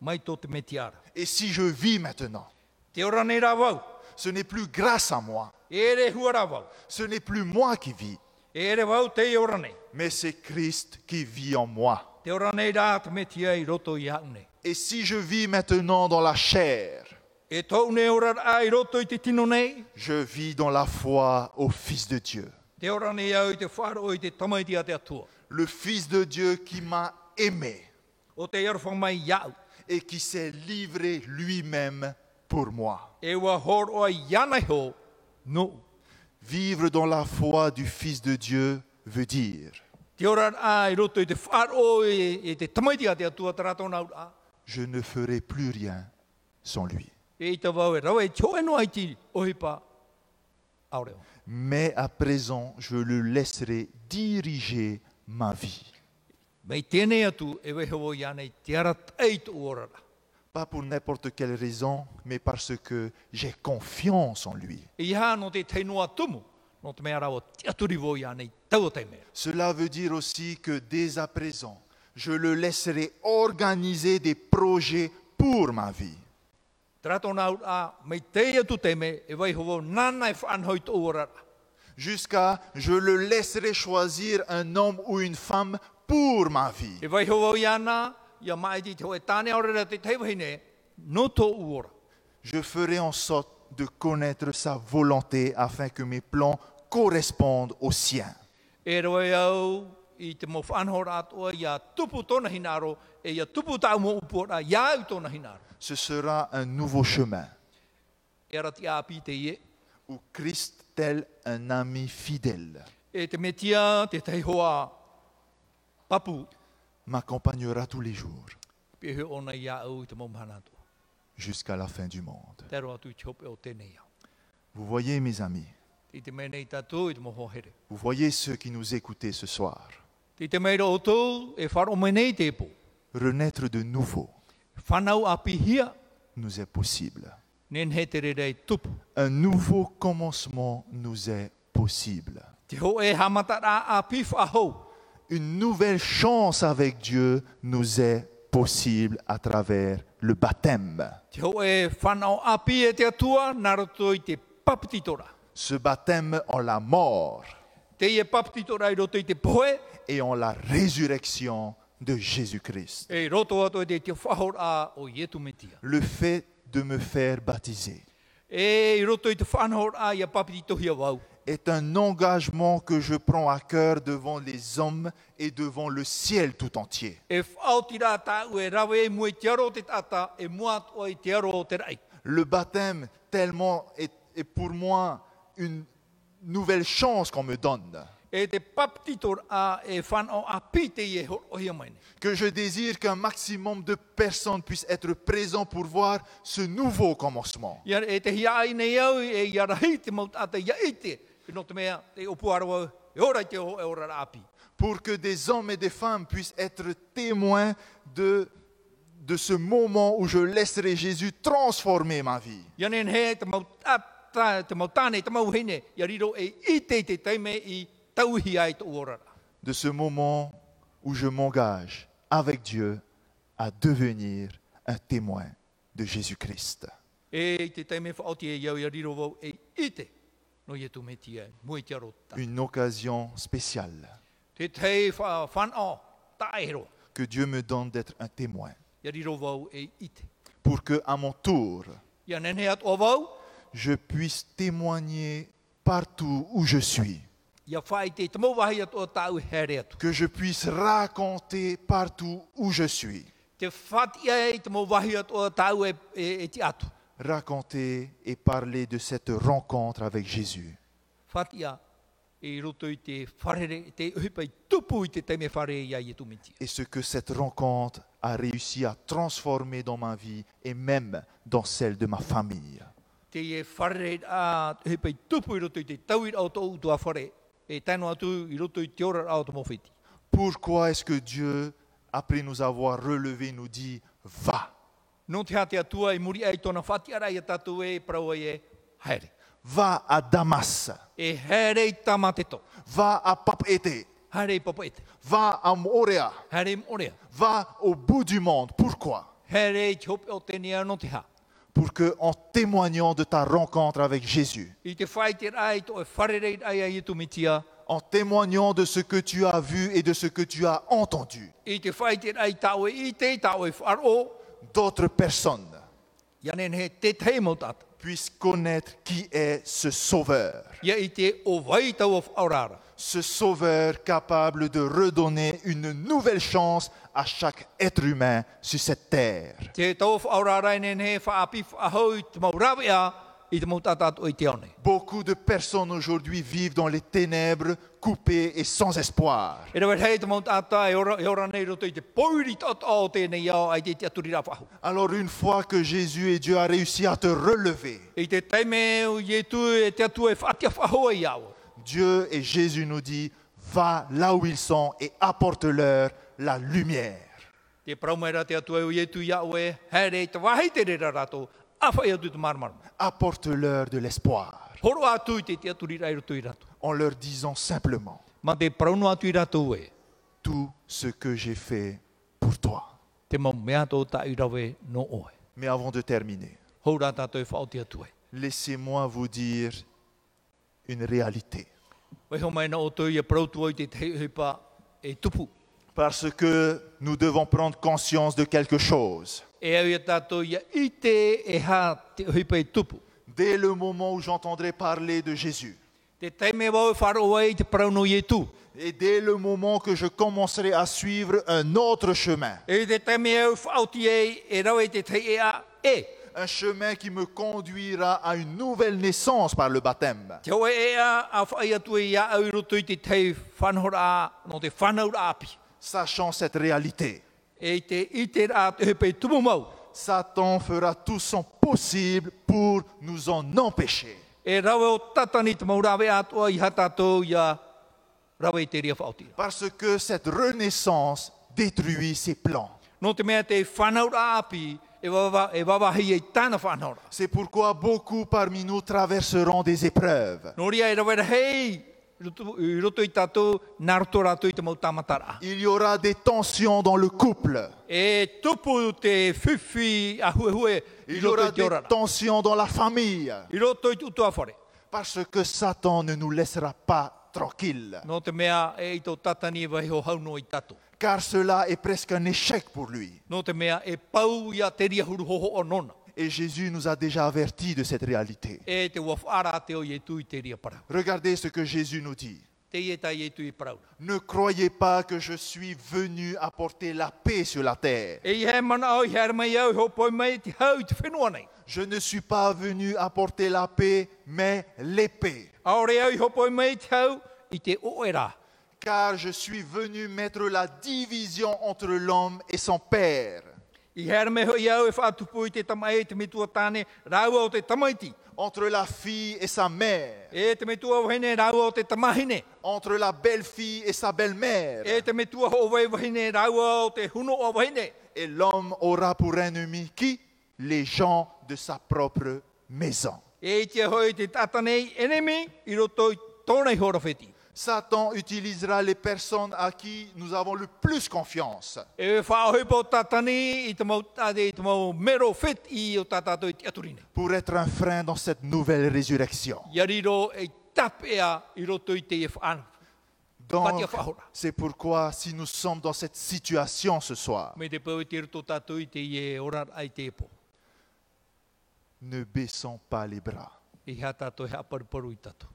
[SPEAKER 2] mai tō te metiara.
[SPEAKER 1] Et si je vis maintenant,
[SPEAKER 2] Te ora nei rā wau,
[SPEAKER 1] ce n'est plus grâce à moi,
[SPEAKER 2] e re hua rā wau,
[SPEAKER 1] ce n'est plus moi qui vis,
[SPEAKER 2] e re wau te i ora nei.
[SPEAKER 1] mais c'est Christ qui vit en moi.
[SPEAKER 2] Te ora nei rā te metia i roto i hau nei.
[SPEAKER 1] Et si je vis maintenant dans la chair,
[SPEAKER 2] E tau ne ora rā i roto i te tino nei,
[SPEAKER 1] je vis dans la foi au Fils de Dieu,
[SPEAKER 2] te ora nei au i te wharo i te tamaitia te atua.
[SPEAKER 1] le Fils de Dieu qui m'a aimé
[SPEAKER 2] O te iarwha mai iau,
[SPEAKER 1] et qui s'est livré lui-même pour moi.
[SPEAKER 2] e wa hor o ai ianai ho, no.
[SPEAKER 1] Vivre dans la foi du Fils de Dieu veut dire,
[SPEAKER 2] Te ora rā i roto i te wharo i, i te tamaitia te atua taratona au rā.
[SPEAKER 1] je ne ferai plus rien sans lui.
[SPEAKER 2] E i te wau e rau e tō eno ai ti ohipa aureo.
[SPEAKER 1] Mais à présent, je le laisserai diriger ma vie.
[SPEAKER 2] Mei tēnei atu e wehewo i anei te ara tei tō orara.
[SPEAKER 1] Pas pour n'importe quelle raison, mais parce que j'ai confiance en lui.
[SPEAKER 2] E iha no te teinoa tumu, no te mea rawa te aturiwo i anei tau te mea.
[SPEAKER 1] Cela veut dire aussi que dès à présent, je le laisserai organiser des projets pour ma vie.
[SPEAKER 2] Trato nā ura, mei tei atu te mea e wehewo nana e whanhoi tō orara.
[SPEAKER 1] Jusqu'à je le laisserai choisir un homme ou une femme pour ma vie.
[SPEAKER 2] E wehewo i ana, ia mai ti te hoe tāne orara te teiwahine, no tō uora.
[SPEAKER 1] Je ferai en sorte de connaître sa volonté afin que mes plans correspondent aux siens.
[SPEAKER 2] E roe au i te mo whanhoi rātua, ia tupu tōna hinaro, e ia tupu tā mo upora, ia au tōna hinaro.
[SPEAKER 1] Ce sera un nouveau chemin
[SPEAKER 2] E ara ti api te ie,
[SPEAKER 1] où Christ, tel un ami fidèle,
[SPEAKER 2] e te metia te teihoa papu
[SPEAKER 1] m'accompagnera tous les jours
[SPEAKER 2] pe he ona ia au i te momhana atua.
[SPEAKER 1] jusqu'à la fin du monde.
[SPEAKER 2] Tero atu i te hope o tēnei au.
[SPEAKER 1] Vous voyez, mes amis,
[SPEAKER 2] I te menei tātou i te mohohere.
[SPEAKER 1] Vous voyez ceux qui nous écoutaient ce soir,
[SPEAKER 2] I te meira o tōu e wharo menei te po.
[SPEAKER 1] renaître de nouveau
[SPEAKER 2] Whanau api hia,
[SPEAKER 1] nous est possible.
[SPEAKER 2] nen he te rerei tupu.
[SPEAKER 1] Un nouveau commencement nous est possible.
[SPEAKER 2] Te ho e hamatara api whahou.
[SPEAKER 1] Une nouvelle chance avec Dieu nous est possible à travers le baptême.
[SPEAKER 2] Te ho e whanau api e te atua, naro toi te papititora.
[SPEAKER 1] Ce baptême en la mort
[SPEAKER 2] Te i e papititora i roto i te poe,
[SPEAKER 1] et en la résurrection de Jésus-Christ.
[SPEAKER 2] e roto ato e te te whahor a o ietu metia.
[SPEAKER 1] Le fait de me faire baptiser
[SPEAKER 2] E i roto i te whanahor a i a papititohia wau.
[SPEAKER 1] est un engagement que je prends à cœur devant les hommes et devant le ciel tout entier.
[SPEAKER 2] E whaotira tāu e rawe e mue te aro o te tata, e mua atua i te aro o te rai.
[SPEAKER 1] Le baptême tellement est, est pour moi une nouvelle chance qu'on me donne,
[SPEAKER 2] E te paptitor a e whanau api te i e hor ohia maine.
[SPEAKER 1] que je désire qu'un maximum de personnes puissent être présentes pour voir ce nouveau commencement.
[SPEAKER 2] Ia e te hia ai nei au, e ia rahi te maut ata ia ite. E no te mea, te opu arawa, e ora i te ho, e ora ra api.
[SPEAKER 1] pour que des hommes et des femmes puissent être témoins de, de ce moment où je laisserai Jésus transformer ma vie.
[SPEAKER 2] Ia nen he, te maut ata, te maut tane, te mau hene, ia riro e ite i te teime i tauhi ai te ora ra.
[SPEAKER 1] De ce moment où je m'engage avec Dieu à devenir un témoin de Jésus-Christ.
[SPEAKER 2] E i te teime whaoti e iau, ia riro wau e ite. No ia tu e me tia, mui te aro ta.
[SPEAKER 1] Une occasion spéciale
[SPEAKER 2] Te tei wha- whanau, ta ero.
[SPEAKER 1] que Dieu me donne d'être un témoin
[SPEAKER 2] Ia riro wau e ite.
[SPEAKER 1] pour que, à mon tour,
[SPEAKER 2] Ia nen he atua wau,
[SPEAKER 1] je puisse témoigner partout où je suis,
[SPEAKER 2] ia whai te te mau wahi atua tau here atu.
[SPEAKER 1] que je puisse raconter partout où je suis.
[SPEAKER 2] Te whati ai te mau wahi atua tau e, e, e te atu.
[SPEAKER 1] raconter et parler de cette rencontre avec Jésus.
[SPEAKER 2] Whati a e roto i te wharere, te uhipa i tupu i te teime whare ia i e tu miti.
[SPEAKER 1] Et ce que cette rencontre a réussi à transformer dans ma vie et même dans celle de ma famille.
[SPEAKER 2] Te e wharere a te uhipa i tupu i roto i te tauira o tō utua whare. E tēnu atu i roto i te ora au tō mawhiti.
[SPEAKER 1] Pourquoi est-ce que Dieu, après nous avoir relevés, nous dit Va,
[SPEAKER 2] Nō te hate atua i muri ai tōna whati ara i a tatu e praua i e haere.
[SPEAKER 1] va à Damas,
[SPEAKER 2] E haere i tama te tō.
[SPEAKER 1] va à Papeete,
[SPEAKER 2] Haere i papa ete.
[SPEAKER 1] va à Moréa,
[SPEAKER 2] Haere i morea.
[SPEAKER 1] va au bout du monde. Pourquoi
[SPEAKER 2] Haere i te hope o te nea nō te ha.
[SPEAKER 1] Pour que, en témoignant de ta rencontre avec Jésus,
[SPEAKER 2] I te whai te rai tō e wharere i ai ai i tu mitia.
[SPEAKER 1] en témoignant de ce que tu as vu et de ce que tu as entendu,
[SPEAKER 2] I te whai te rai tāu e i te, tāu e wharo.
[SPEAKER 1] d'autres personnes
[SPEAKER 2] Ia nen he te tei mau tata.
[SPEAKER 1] puissent connaître qui est ce Sauveur.
[SPEAKER 2] Ia i te o vai tau o whaorara.
[SPEAKER 1] Ce Sauveur capable de redonner une nouvelle chance à chaque être humain sur cette terre.
[SPEAKER 2] Te tau o whaorara i nen he whaapi whaahau i te maurawe a i te mau tata o i te aone.
[SPEAKER 1] Beaucoup de personnes aujourd'hui vivent dans les ténèbres, coupées et sans espoir.
[SPEAKER 2] E rawe hei te mau tata e ora, e ora nei roto i te pouri tata o tēnei au ai te te aturi rā whahu.
[SPEAKER 1] Alors une fois que Jésus et Dieu a réussi à te relever,
[SPEAKER 2] I te teime o ietu e te atu e whaatia whaho i au.
[SPEAKER 1] Dieu et Jésus nous dit, va là où ils sont et apporte-leur la lumière.
[SPEAKER 2] Te praumera te atu e o ietu i au e here te wahi te rera rato a whai atu te marmarma.
[SPEAKER 1] Apporte-leur de l'espoir
[SPEAKER 2] Horo atu i te te aturi rā i roto i rato.
[SPEAKER 1] en leur disant simplement,
[SPEAKER 2] Ma te praunu atu i rato e
[SPEAKER 1] tout ce que j'ai fait pour toi.
[SPEAKER 2] te mau mea tō ta i rawe no oe.
[SPEAKER 1] Mais avant de terminer,
[SPEAKER 2] Hou rā tātou e whaoti atu e.
[SPEAKER 1] laissez-moi vous dire une réalité.
[SPEAKER 2] Wai ho mai na o tō i e prautu oi te te hipa e tupu.
[SPEAKER 1] Parce que nous devons prendre conscience de quelque chose.
[SPEAKER 2] E au i a tātou i a ite e hā te hipa e tupu.
[SPEAKER 1] Dès le moment où j'entendrai parler de Jésus,
[SPEAKER 2] Te teime wau e wharo ai te prauno i e tū.
[SPEAKER 1] et dès le moment que je commencerai à suivre un autre chemin,
[SPEAKER 2] E te teime e au whaoti e e rawe te te e a e.
[SPEAKER 1] un chemin qui me conduira à une nouvelle naissance par le baptême,
[SPEAKER 2] Te oe e a a whai atu e i a au i roto i te te whanhora a no te whanaura api.
[SPEAKER 1] sachant cette réalité.
[SPEAKER 2] E te ite rā te hipa e tupu mau.
[SPEAKER 1] Satan fera tout son possible pour nous en empêcher.
[SPEAKER 2] E rawe o tatani te maurawe atua i hatatou i a rawe i te ria whaotira.
[SPEAKER 1] Parce que cette renaissance détruit ses plans.
[SPEAKER 2] Nō te mea te whanaura api e wawa, e wawahi e tāna whanaura.
[SPEAKER 1] C'est pourquoi beaucoup parmi nous traverseront des épreuves.
[SPEAKER 2] Nō ria e rawe hei i roto- i roto i tātou, nā roto rātou i te mau tāmatara.
[SPEAKER 1] Il y aura des tensions dans le couple.
[SPEAKER 2] E tupu te whiwhi a huehue i
[SPEAKER 1] Il y
[SPEAKER 2] roto
[SPEAKER 1] aura
[SPEAKER 2] i te
[SPEAKER 1] des
[SPEAKER 2] orara.
[SPEAKER 1] tensions dans la famille.
[SPEAKER 2] I roto i te utua whare.
[SPEAKER 1] Parce que Satan ne nous laissera pas tranquilles.
[SPEAKER 2] Nō te mea e i tō tatani e wahi ho hauno i tātou.
[SPEAKER 1] Car cela est presque un échec pour lui.
[SPEAKER 2] Nō te mea e pau ia te ria huru hoho o nona.
[SPEAKER 1] Et Jésus nous a déjà avertis de cette réalité.
[SPEAKER 2] E te waf ara te o i e tui te ria parau.
[SPEAKER 1] Regardez ce que Jésus nous dit.
[SPEAKER 2] Te i e tai e tui paraura.
[SPEAKER 1] Ne croyez pas que je suis venu apporter la paix sur la terre.
[SPEAKER 2] E i he mana au, i he arama i au, i ho poi mai, te hau i te whenua nei.
[SPEAKER 1] Je ne suis pas venu apporter la paix, mais l'épée.
[SPEAKER 2] Aore au, i ho poi mai, te hau i te oera.
[SPEAKER 1] Car je suis venu mettre la division entre l'homme et son père,
[SPEAKER 2] I he arama hoi au, e whaatupu i te tamai e te mitua tāne, rāua o te tamaiti.
[SPEAKER 1] entre la fille et sa mère,
[SPEAKER 2] E te mitua o hene, rāua o te tamahine.
[SPEAKER 1] entre la belle-fille et sa
[SPEAKER 2] E
[SPEAKER 1] belle-mère.
[SPEAKER 2] te mitua ho wei wahine, rāua o te huno o wahine.
[SPEAKER 1] Et l'homme aura pour ennemi qui Les gens de sa propre maison.
[SPEAKER 2] E i te hoi te tātanei enemi, i roto i tōnei hora wheti.
[SPEAKER 1] Satan utilisera les personnes à qui nous avons le plus confiance.
[SPEAKER 2] E whāhoi po tātani i te mau, tāde, i te mau mero whet i o tātātou i te aturine.
[SPEAKER 1] pour être un frein dans cette nouvelle résurrection.
[SPEAKER 2] Ia riro e tapea i roto i te e whaana.
[SPEAKER 1] Donc,
[SPEAKER 2] Patia Fahora.
[SPEAKER 1] c'est pourquoi si nous sommes dans cette situation ce soir,
[SPEAKER 2] Me te pau i te roto tātou i te e orar ai te epo.
[SPEAKER 1] ne baissons pas les bras.
[SPEAKER 2] I E hea tātou hea paruparu i tātou.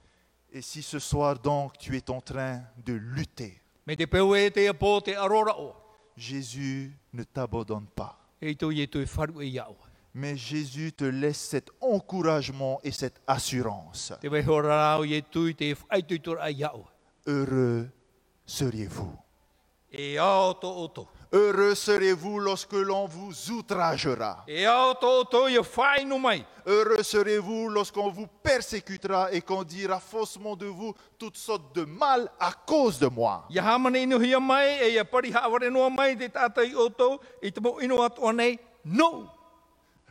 [SPEAKER 1] Et si ce soir donc tu es en train de lutter,
[SPEAKER 2] Me te pau e te epo te arora o.
[SPEAKER 1] Jésus ne t'abandonne pas.
[SPEAKER 2] E i tau i e tau e wharu e iau.
[SPEAKER 1] Mais Jésus te laisse cet encouragement et cette assurance.
[SPEAKER 2] Te wei hora rau i e tui te e whaituitora ai iau.
[SPEAKER 1] Heureux seriez-vous.
[SPEAKER 2] E au tō oto.
[SPEAKER 1] Heureux serez-vous lorsque l'on vous outragera.
[SPEAKER 2] E au tō oto i e whainu mai.
[SPEAKER 1] Heureux serez-vous lorsqu'on vous persécutera et qu'on dira faussement de vous toutes sortes de mal à cause de moi.
[SPEAKER 2] Ia hamane inu hia mai, e ia pariha aware noa mai te tātai oto, i te mo inu atu anei, no!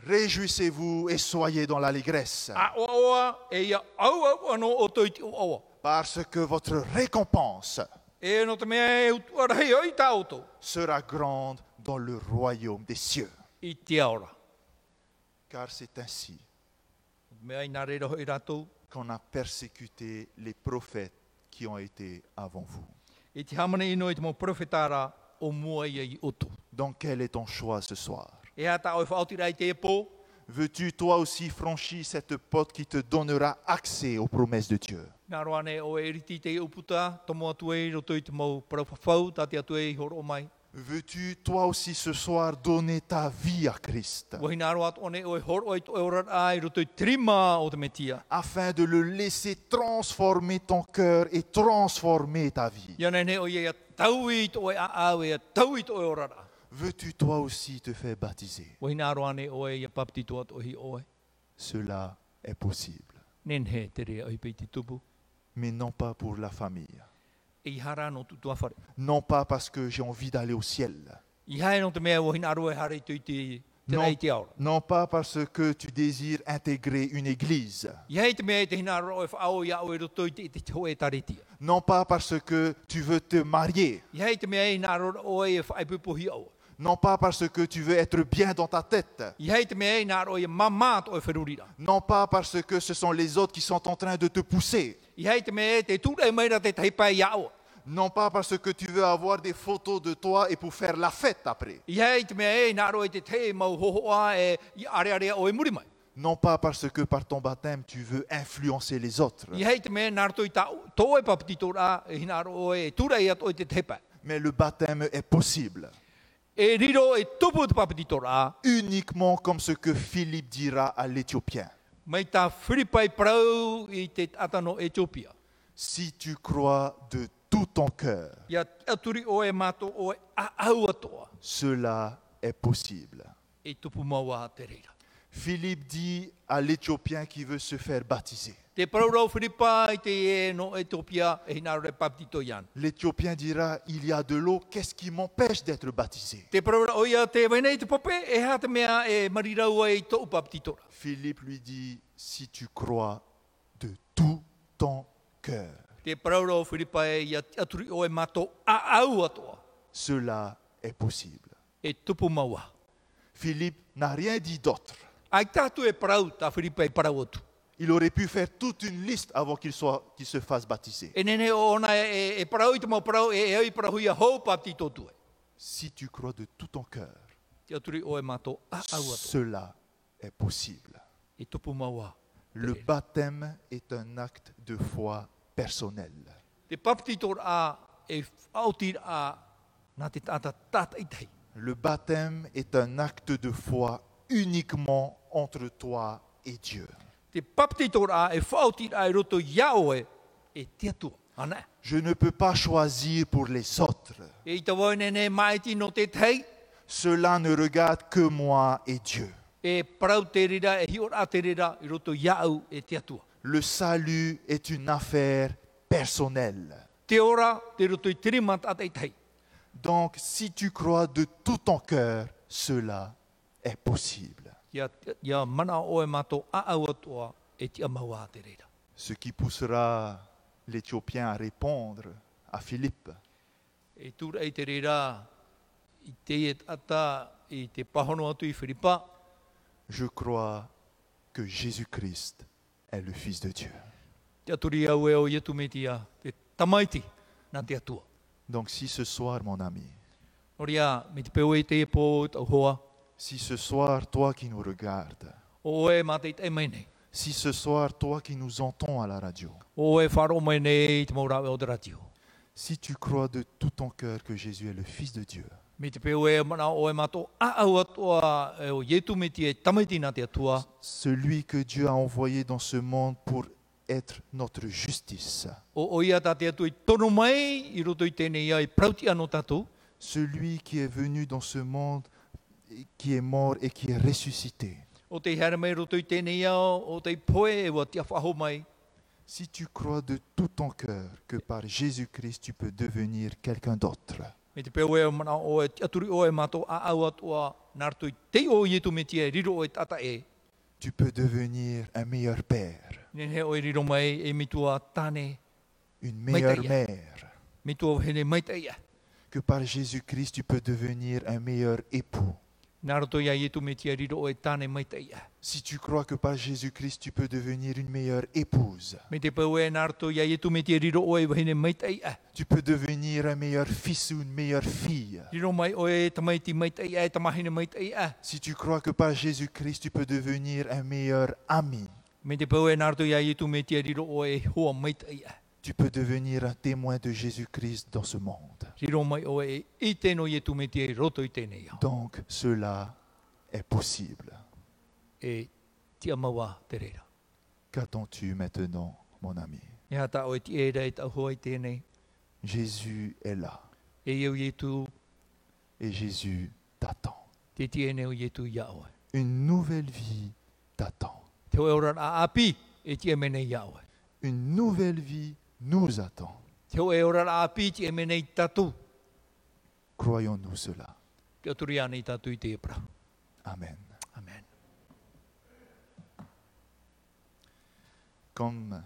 [SPEAKER 1] Réjouissez-vous et soyez dans l'allégresse,
[SPEAKER 2] A oa oa, e ia au au anō oto i te oa oa.
[SPEAKER 1] parce que votre récompense
[SPEAKER 2] E no te mea e utu arahei oi tā oto,
[SPEAKER 1] sera grande dans le royaume des cieux.
[SPEAKER 2] i te aora.
[SPEAKER 1] Car c'est ainsi
[SPEAKER 2] Mea i nā reira hoi rātou,
[SPEAKER 1] qu'on a persécuté les prophètes qui ont été avant vous.
[SPEAKER 2] i te hamane inu i te mo profetara o mua ia i oto.
[SPEAKER 1] Donc quel est ton choix ce soir
[SPEAKER 2] E hea tā oi whaotira i te epo,
[SPEAKER 1] Veux-tu toi aussi franchir cette porte qui te donnera accès aux promesses de Dieu
[SPEAKER 2] Nā roa nei o e riti te uputa, tomo atu e roto i te mau parafafau, tāte atu e i horo o mai.
[SPEAKER 1] Veux-tu toi aussi ce soir donner ta vie à Christ
[SPEAKER 2] Wahi nā roa atu one o e horo o i te orat ai, roto i trima o te metia.
[SPEAKER 1] afin de le laisser transformer ton cœur et transformer ta vie
[SPEAKER 2] Ia nei nei o ia ia taui i te oe a au, ia taui i te oe orara.
[SPEAKER 1] Veux-tu toi aussi te faire baptiser
[SPEAKER 2] Wahi nā roa nei o e ia paptito atu o hi oe.
[SPEAKER 1] Cela est possible,
[SPEAKER 2] Nen he te rea oi pei te tupu.
[SPEAKER 1] mais non pas pour la famille,
[SPEAKER 2] E i hara no tutua whare.
[SPEAKER 1] non pas parce que j'ai envie d'aller au ciel,
[SPEAKER 2] I hae no te mea wahi nā roa e hara i te i te te
[SPEAKER 1] Non.
[SPEAKER 2] rei te aora.
[SPEAKER 1] non pas parce que tu désires intégrer une église,
[SPEAKER 2] I hae te mea i te hina roa e whaau i au e roto i te i te te oe taritia.
[SPEAKER 1] non pas parce que tu veux te marier,
[SPEAKER 2] I hae te mea i nā roa oe e whaipupo hi oe.
[SPEAKER 1] non pas parce que tu veux être bien dans ta tête,
[SPEAKER 2] I hei te mea i nā roi mamāt o e wherurira.
[SPEAKER 1] non pas parce que ce sont les autres qui sont en train de te pousser,
[SPEAKER 2] I hei te mea e te tūrei meira te taipai i ao.
[SPEAKER 1] non pas parce que tu veux avoir des photos de toi et pour faire la fête après,
[SPEAKER 2] I hei te mea e i nā roi te te mau hohoa e i are are o e muri mai.
[SPEAKER 1] non pas parce que par ton baptême tu veux influencer les autres.
[SPEAKER 2] I hei te mea nā rato i tā tō e papiti tō rā e hi nā roi e tūrei at o e te taipai.
[SPEAKER 1] Mais le baptême est possible
[SPEAKER 2] E riro e tupu te papiti tō rā
[SPEAKER 1] uniquement comme ce que Philippe dira à l'Éthiopien.
[SPEAKER 2] mai tā whiripai parau i te atano Etiopia.
[SPEAKER 1] Si tu crois de tout ton cœur,
[SPEAKER 2] Ia aturi o e mātou o e a au atoa
[SPEAKER 1] cela est possible.
[SPEAKER 2] e tupu maua a te reira.
[SPEAKER 1] Philippe dit à l'Éthiopien qui veut se faire baptiser.
[SPEAKER 2] Te parau whiripa i te e no Etiopia e hi nā roi papiti tō ian.
[SPEAKER 1] L'Éthiopien dira, il y a de l'eau, qu'est-ce qui m'empêche d'être baptisé
[SPEAKER 2] Te paraura o ia te wainei te pope, e hea te mea e marirau ai tō upaptitora.
[SPEAKER 1] Philippe lui dit, si tu crois de tout ton cœur,
[SPEAKER 2] Te paraura o Whiripae i ati- aturi o e mātou a au atoa.
[SPEAKER 1] Cela est possible.
[SPEAKER 2] E tupu maua.
[SPEAKER 1] Philippe n'a rien dit d'autre.
[SPEAKER 2] Ai tātou e parau, tā Whiripae parau atu.
[SPEAKER 1] Il aurait pu faire toute une liste avant qu'il soit- qu'il se fasse baptiser.
[SPEAKER 2] E nene o ona e, e- e parau i te mau parau, e e oi parahu ia hou pāpti tōtu e.
[SPEAKER 1] Si tu crois de tout ton cœur,
[SPEAKER 2] Te aturi o e mātou a au atoa.
[SPEAKER 1] cela est possible.
[SPEAKER 2] E tupu maua.
[SPEAKER 1] Le baptême est un acte de foi personnel.
[SPEAKER 2] Te papti tōra a e aotir a nā te tāta tāta i tei.
[SPEAKER 1] Le baptême est un acte de foi uniquement entre toi et Dieu.
[SPEAKER 2] Te papti tōra a e whaotir a e roto iaoe e te atua. Ana.
[SPEAKER 1] Je ne peux pas choisir pour les autres.
[SPEAKER 2] E i tawai nene maiti no te tei.
[SPEAKER 1] Cela ne regarde que moi et Dieu.
[SPEAKER 2] e parau te rira, e hiora te rira, i roto iau e te atua.
[SPEAKER 1] Le salut est une affaire personnelle.
[SPEAKER 2] Te ora, te roto i tirimata ata i tei.
[SPEAKER 1] Donc, si tu crois de tout ton cœur, cela est possible.
[SPEAKER 2] Ia, ia mana o e mato a au atua e te amaua a te rira.
[SPEAKER 1] Ce qui poussera l'Éthiopien à répondre à Philippe.
[SPEAKER 2] E tūra i te rira, i te e ata, i te pahono atu i Whiripa,
[SPEAKER 1] Je crois que Jésus-Christ est le Fils de Dieu.
[SPEAKER 2] te aturi au e o ietu me tia, te tamaiti na te atua.
[SPEAKER 1] Donc si ce soir, mon ami,
[SPEAKER 2] Noria, me te peo e te e pō tau hoa,
[SPEAKER 1] si ce soir, toi qui nous regardes,
[SPEAKER 2] o e mate i te mai nei.
[SPEAKER 1] si ce soir, toi qui nous entends à la radio,
[SPEAKER 2] O e wharo mai nei i te maurawe o te ratio.
[SPEAKER 1] si tu crois de tout ton cœur que Jésus est le Fils de Dieu,
[SPEAKER 2] Me te peo e mana o e mato a au atua e o ietu me te e tamaiti na te atua.
[SPEAKER 1] celui que Dieu a envoyé dans ce monde pour être notre justice,
[SPEAKER 2] O o ia ta te atu i tono mai i roto i tēnei ia i prauti anō tātou.
[SPEAKER 1] celui qui est venu dans ce monde, et qui est mort et qui est ressuscité,
[SPEAKER 2] O te here mai roto i tēnei ia o te poe e wa te awhaho mai.
[SPEAKER 1] si tu crois de tout ton cœur que par Jésus-Christ tu peux devenir quelqu'un d'autre,
[SPEAKER 2] Me te peo e o mana o e te aturi o e mato a au atua nartu i te o ietu me te e riro o e tata e.
[SPEAKER 1] tu peux devenir un meilleur père,
[SPEAKER 2] Nene o e riro mai e mitua tāne,
[SPEAKER 1] une meilleure
[SPEAKER 2] Maitaya.
[SPEAKER 1] mère,
[SPEAKER 2] mitua hene maita ia.
[SPEAKER 1] que par Jésus-Christ tu peux devenir un meilleur époux.
[SPEAKER 2] Nā roto ia ietu me te e riro o e tāne maita ia.
[SPEAKER 1] Si tu crois que par Jésus-Christ tu peux devenir une meilleure épouse,
[SPEAKER 2] Me te peo e nā roto ia ietu me te e riro o e hene maita ia.
[SPEAKER 1] tu peux devenir un meilleur fils ou une meilleure fille,
[SPEAKER 2] Riro mai o e tamaiti maita ia e tamahine maita ia.
[SPEAKER 1] si tu crois que par Jésus-Christ tu peux devenir un meilleur ami,
[SPEAKER 2] Me te pau e narto ia i tu me te riro o e hoa maita ia.
[SPEAKER 1] tu peux devenir un témoin de Jésus-Christ dans ce monde.
[SPEAKER 2] Riro mai o e i tēno i tu me te roto i tēnei au.
[SPEAKER 1] Donc cela est possible.
[SPEAKER 2] E tia maua te reira.
[SPEAKER 1] Qu'attends-tu maintenant, mon ami
[SPEAKER 2] Nea tā o e ti e rei tau hoa i tēnei.
[SPEAKER 1] Jésus est là
[SPEAKER 2] E iau i tu
[SPEAKER 1] et Jésus t'attend.
[SPEAKER 2] te ti e neo i tu ia oe.
[SPEAKER 1] Une nouvelle vie t'attend.
[SPEAKER 2] Te oe ora a api e ti e mene ia oe.
[SPEAKER 1] Une nouvelle vie nous attend.
[SPEAKER 2] Te oe ora a api ti e mene i tatu.
[SPEAKER 1] Croyons-nous cela.
[SPEAKER 2] Te aturi ana i tatu i te e prau.
[SPEAKER 1] Amen.
[SPEAKER 2] Amen.
[SPEAKER 1] comme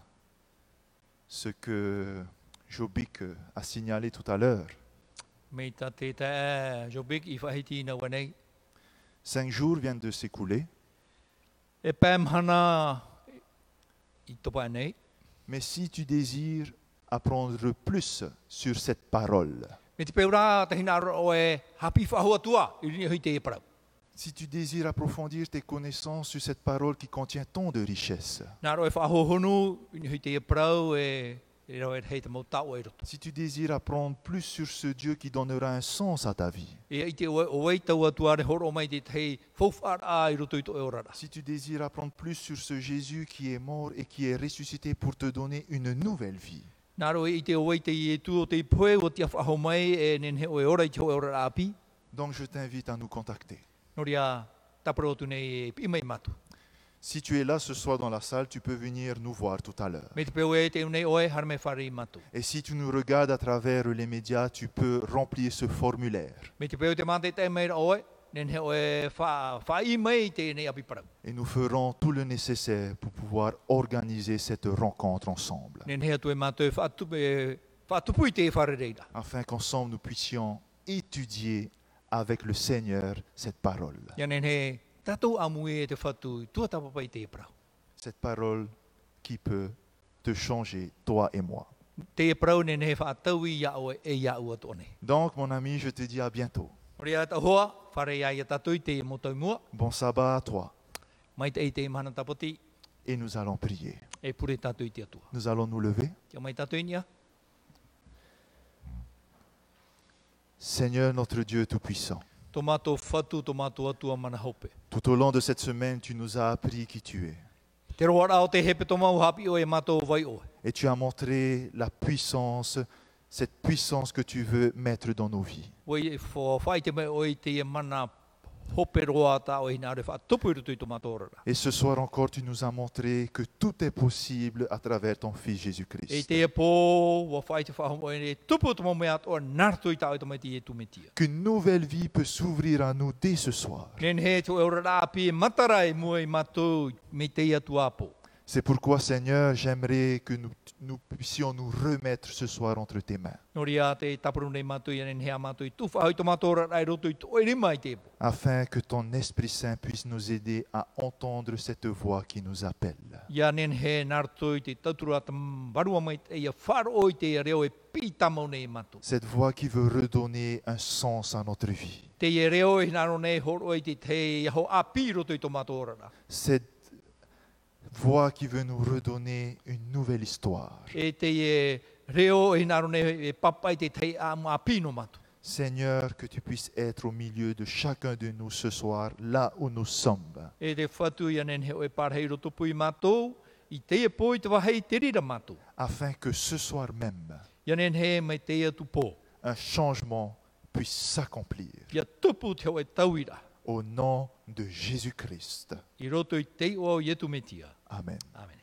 [SPEAKER 1] ce que Jobic a signalé tout à l'heure.
[SPEAKER 2] Me tā te tā e, jobik i whahiti i nawa nei.
[SPEAKER 1] Cinq jours viennent de s'écouler,
[SPEAKER 2] E pēm hana i topa nei.
[SPEAKER 1] mais si tu désires apprendre plus sur cette parole,
[SPEAKER 2] Me te peura te hina ro e hapi whahua tua i rini hui te e parau.
[SPEAKER 1] si tu désires approfondir tes connaissances sur cette parole qui contient tant de richesses,
[SPEAKER 2] Nā ro e whahua honu i rini hui te e parau e e ro e hei te mau tau e roto.
[SPEAKER 1] si tu désires apprendre plus sur ce Dieu qui donnera un sens à ta vie,
[SPEAKER 2] E i te oe oe tau atua re horo mai te tei whawhar a i roto i to e orara.
[SPEAKER 1] si tu désires apprendre plus sur ce Jésus qui est mort et qui est ressuscité pour te donner une nouvelle vie,
[SPEAKER 2] Nā ro e i te oe te i e tu o te i poe o te a whahau mai e nenhe oe ora i te oe orara api.
[SPEAKER 1] donc je t'invite à nous contacter.
[SPEAKER 2] Nori a taparo tu nei e i mai matu.
[SPEAKER 1] Si tu es là ce soir dans la salle, tu peux venir nous voir tout à l'heure.
[SPEAKER 2] Me te peo e te unei oe harme whare i matu.
[SPEAKER 1] Et si tu nous regardes à travers les médias, tu peux remplir ce formulaire.
[SPEAKER 2] Me te peo te mate te meira oe nene o e wha, wha i mei tēnei api parau.
[SPEAKER 1] Et nous ferons tout le nécessaire pour pouvoir organiser cette rencontre ensemble,
[SPEAKER 2] Nene hea tue mātou whaatupu e whaatupui te wharereira.
[SPEAKER 1] afin qu'ensemble nous puissions étudier avec le Seigneur cette parole.
[SPEAKER 2] Ia nene he tatou amue e te whatu tua tapapai te parau.
[SPEAKER 1] Cette parole qui peut te changer, toi et moi.
[SPEAKER 2] Te parau nene he whaatau i iaua e iaua tōne.
[SPEAKER 1] Donc, mon ami, je te dis à bientôt.
[SPEAKER 2] Ori a ta hoa, whare ia i a tatou i te motau mua,
[SPEAKER 1] Bon sabbat à toi.
[SPEAKER 2] mai te i te mana tapoti
[SPEAKER 1] Et nous allons prier.
[SPEAKER 2] e pure tatou i te atua.
[SPEAKER 1] Nous allons nous lever.
[SPEAKER 2] Kia mai tatou inia,
[SPEAKER 1] Seigneur notre Dieu Tout-Puissant,
[SPEAKER 2] tō mātou whatu, tō mātou atua mana hope.
[SPEAKER 1] tout au long de cette semaine, tu nous as appris qui tu es.
[SPEAKER 2] Te roa rao te hepe tō mau hapi o e mātou vai oe.
[SPEAKER 1] Et tu as montré la puissance, cette puissance que tu veux mettre dans nos vies.
[SPEAKER 2] Wei e whā whai te mai oe te e mana hope roa tā o hina are whaatupu i rutu i tō mātou rara.
[SPEAKER 1] Et ce soir encore, tu nous as montré que tout est possible à travers ton Fils
[SPEAKER 2] E
[SPEAKER 1] Jésus-Christ.
[SPEAKER 2] te e pō, wā whai te whahomo e ne tupu tō mau mea o nartu i tāo i tō mai te e tumetia.
[SPEAKER 1] Qu'une nouvelle vie peut s'ouvrir à nous dès ce soir.
[SPEAKER 2] Nen he tō e rara api e matara e mua i mātou me te i atua pō.
[SPEAKER 1] C'est pourquoi, Seigneur, j'aimerais que nous, nous puissions nous remettre ce soir entre tes mains,
[SPEAKER 2] Nori a te taparu nei mātou i nen hea mātou i tuwha hau i tō mātou rara i rutu i tō e rima i te e pō.
[SPEAKER 1] afin que ton Esprit Saint puisse nous aider à entendre cette voix qui nous appelle.
[SPEAKER 2] Ia nen he nartu i te tautura tam varua mai te ia wharo i te e reo e pītamo nei mātou.
[SPEAKER 1] Cette voix qui veut redonner un sens à notre vie.
[SPEAKER 2] Te e reo e naro nei horo i te te i ho apiro tui tō mātou rara.
[SPEAKER 1] Cette voix qui veut nous redonner une nouvelle histoire.
[SPEAKER 2] E te e reo e naro nei e papa i te te a mua apino mātou.
[SPEAKER 1] Seigneur, que tu puisses être au milieu de chacun de nous ce soir, là où nous sommes.
[SPEAKER 2] E te whatu ia nen he o e pārhei roto pui mātou, i te e pō i te wahei te rira mātou.
[SPEAKER 1] afin que ce soir même,
[SPEAKER 2] Ia nen he mai te e tu pō.
[SPEAKER 1] un changement puisse s'accomplir.
[SPEAKER 2] Ia tupu te o e tauira.
[SPEAKER 1] Au nom de Jésus-Christ.
[SPEAKER 2] I roto i te o au ietu metia.
[SPEAKER 1] Amen.
[SPEAKER 2] Amen.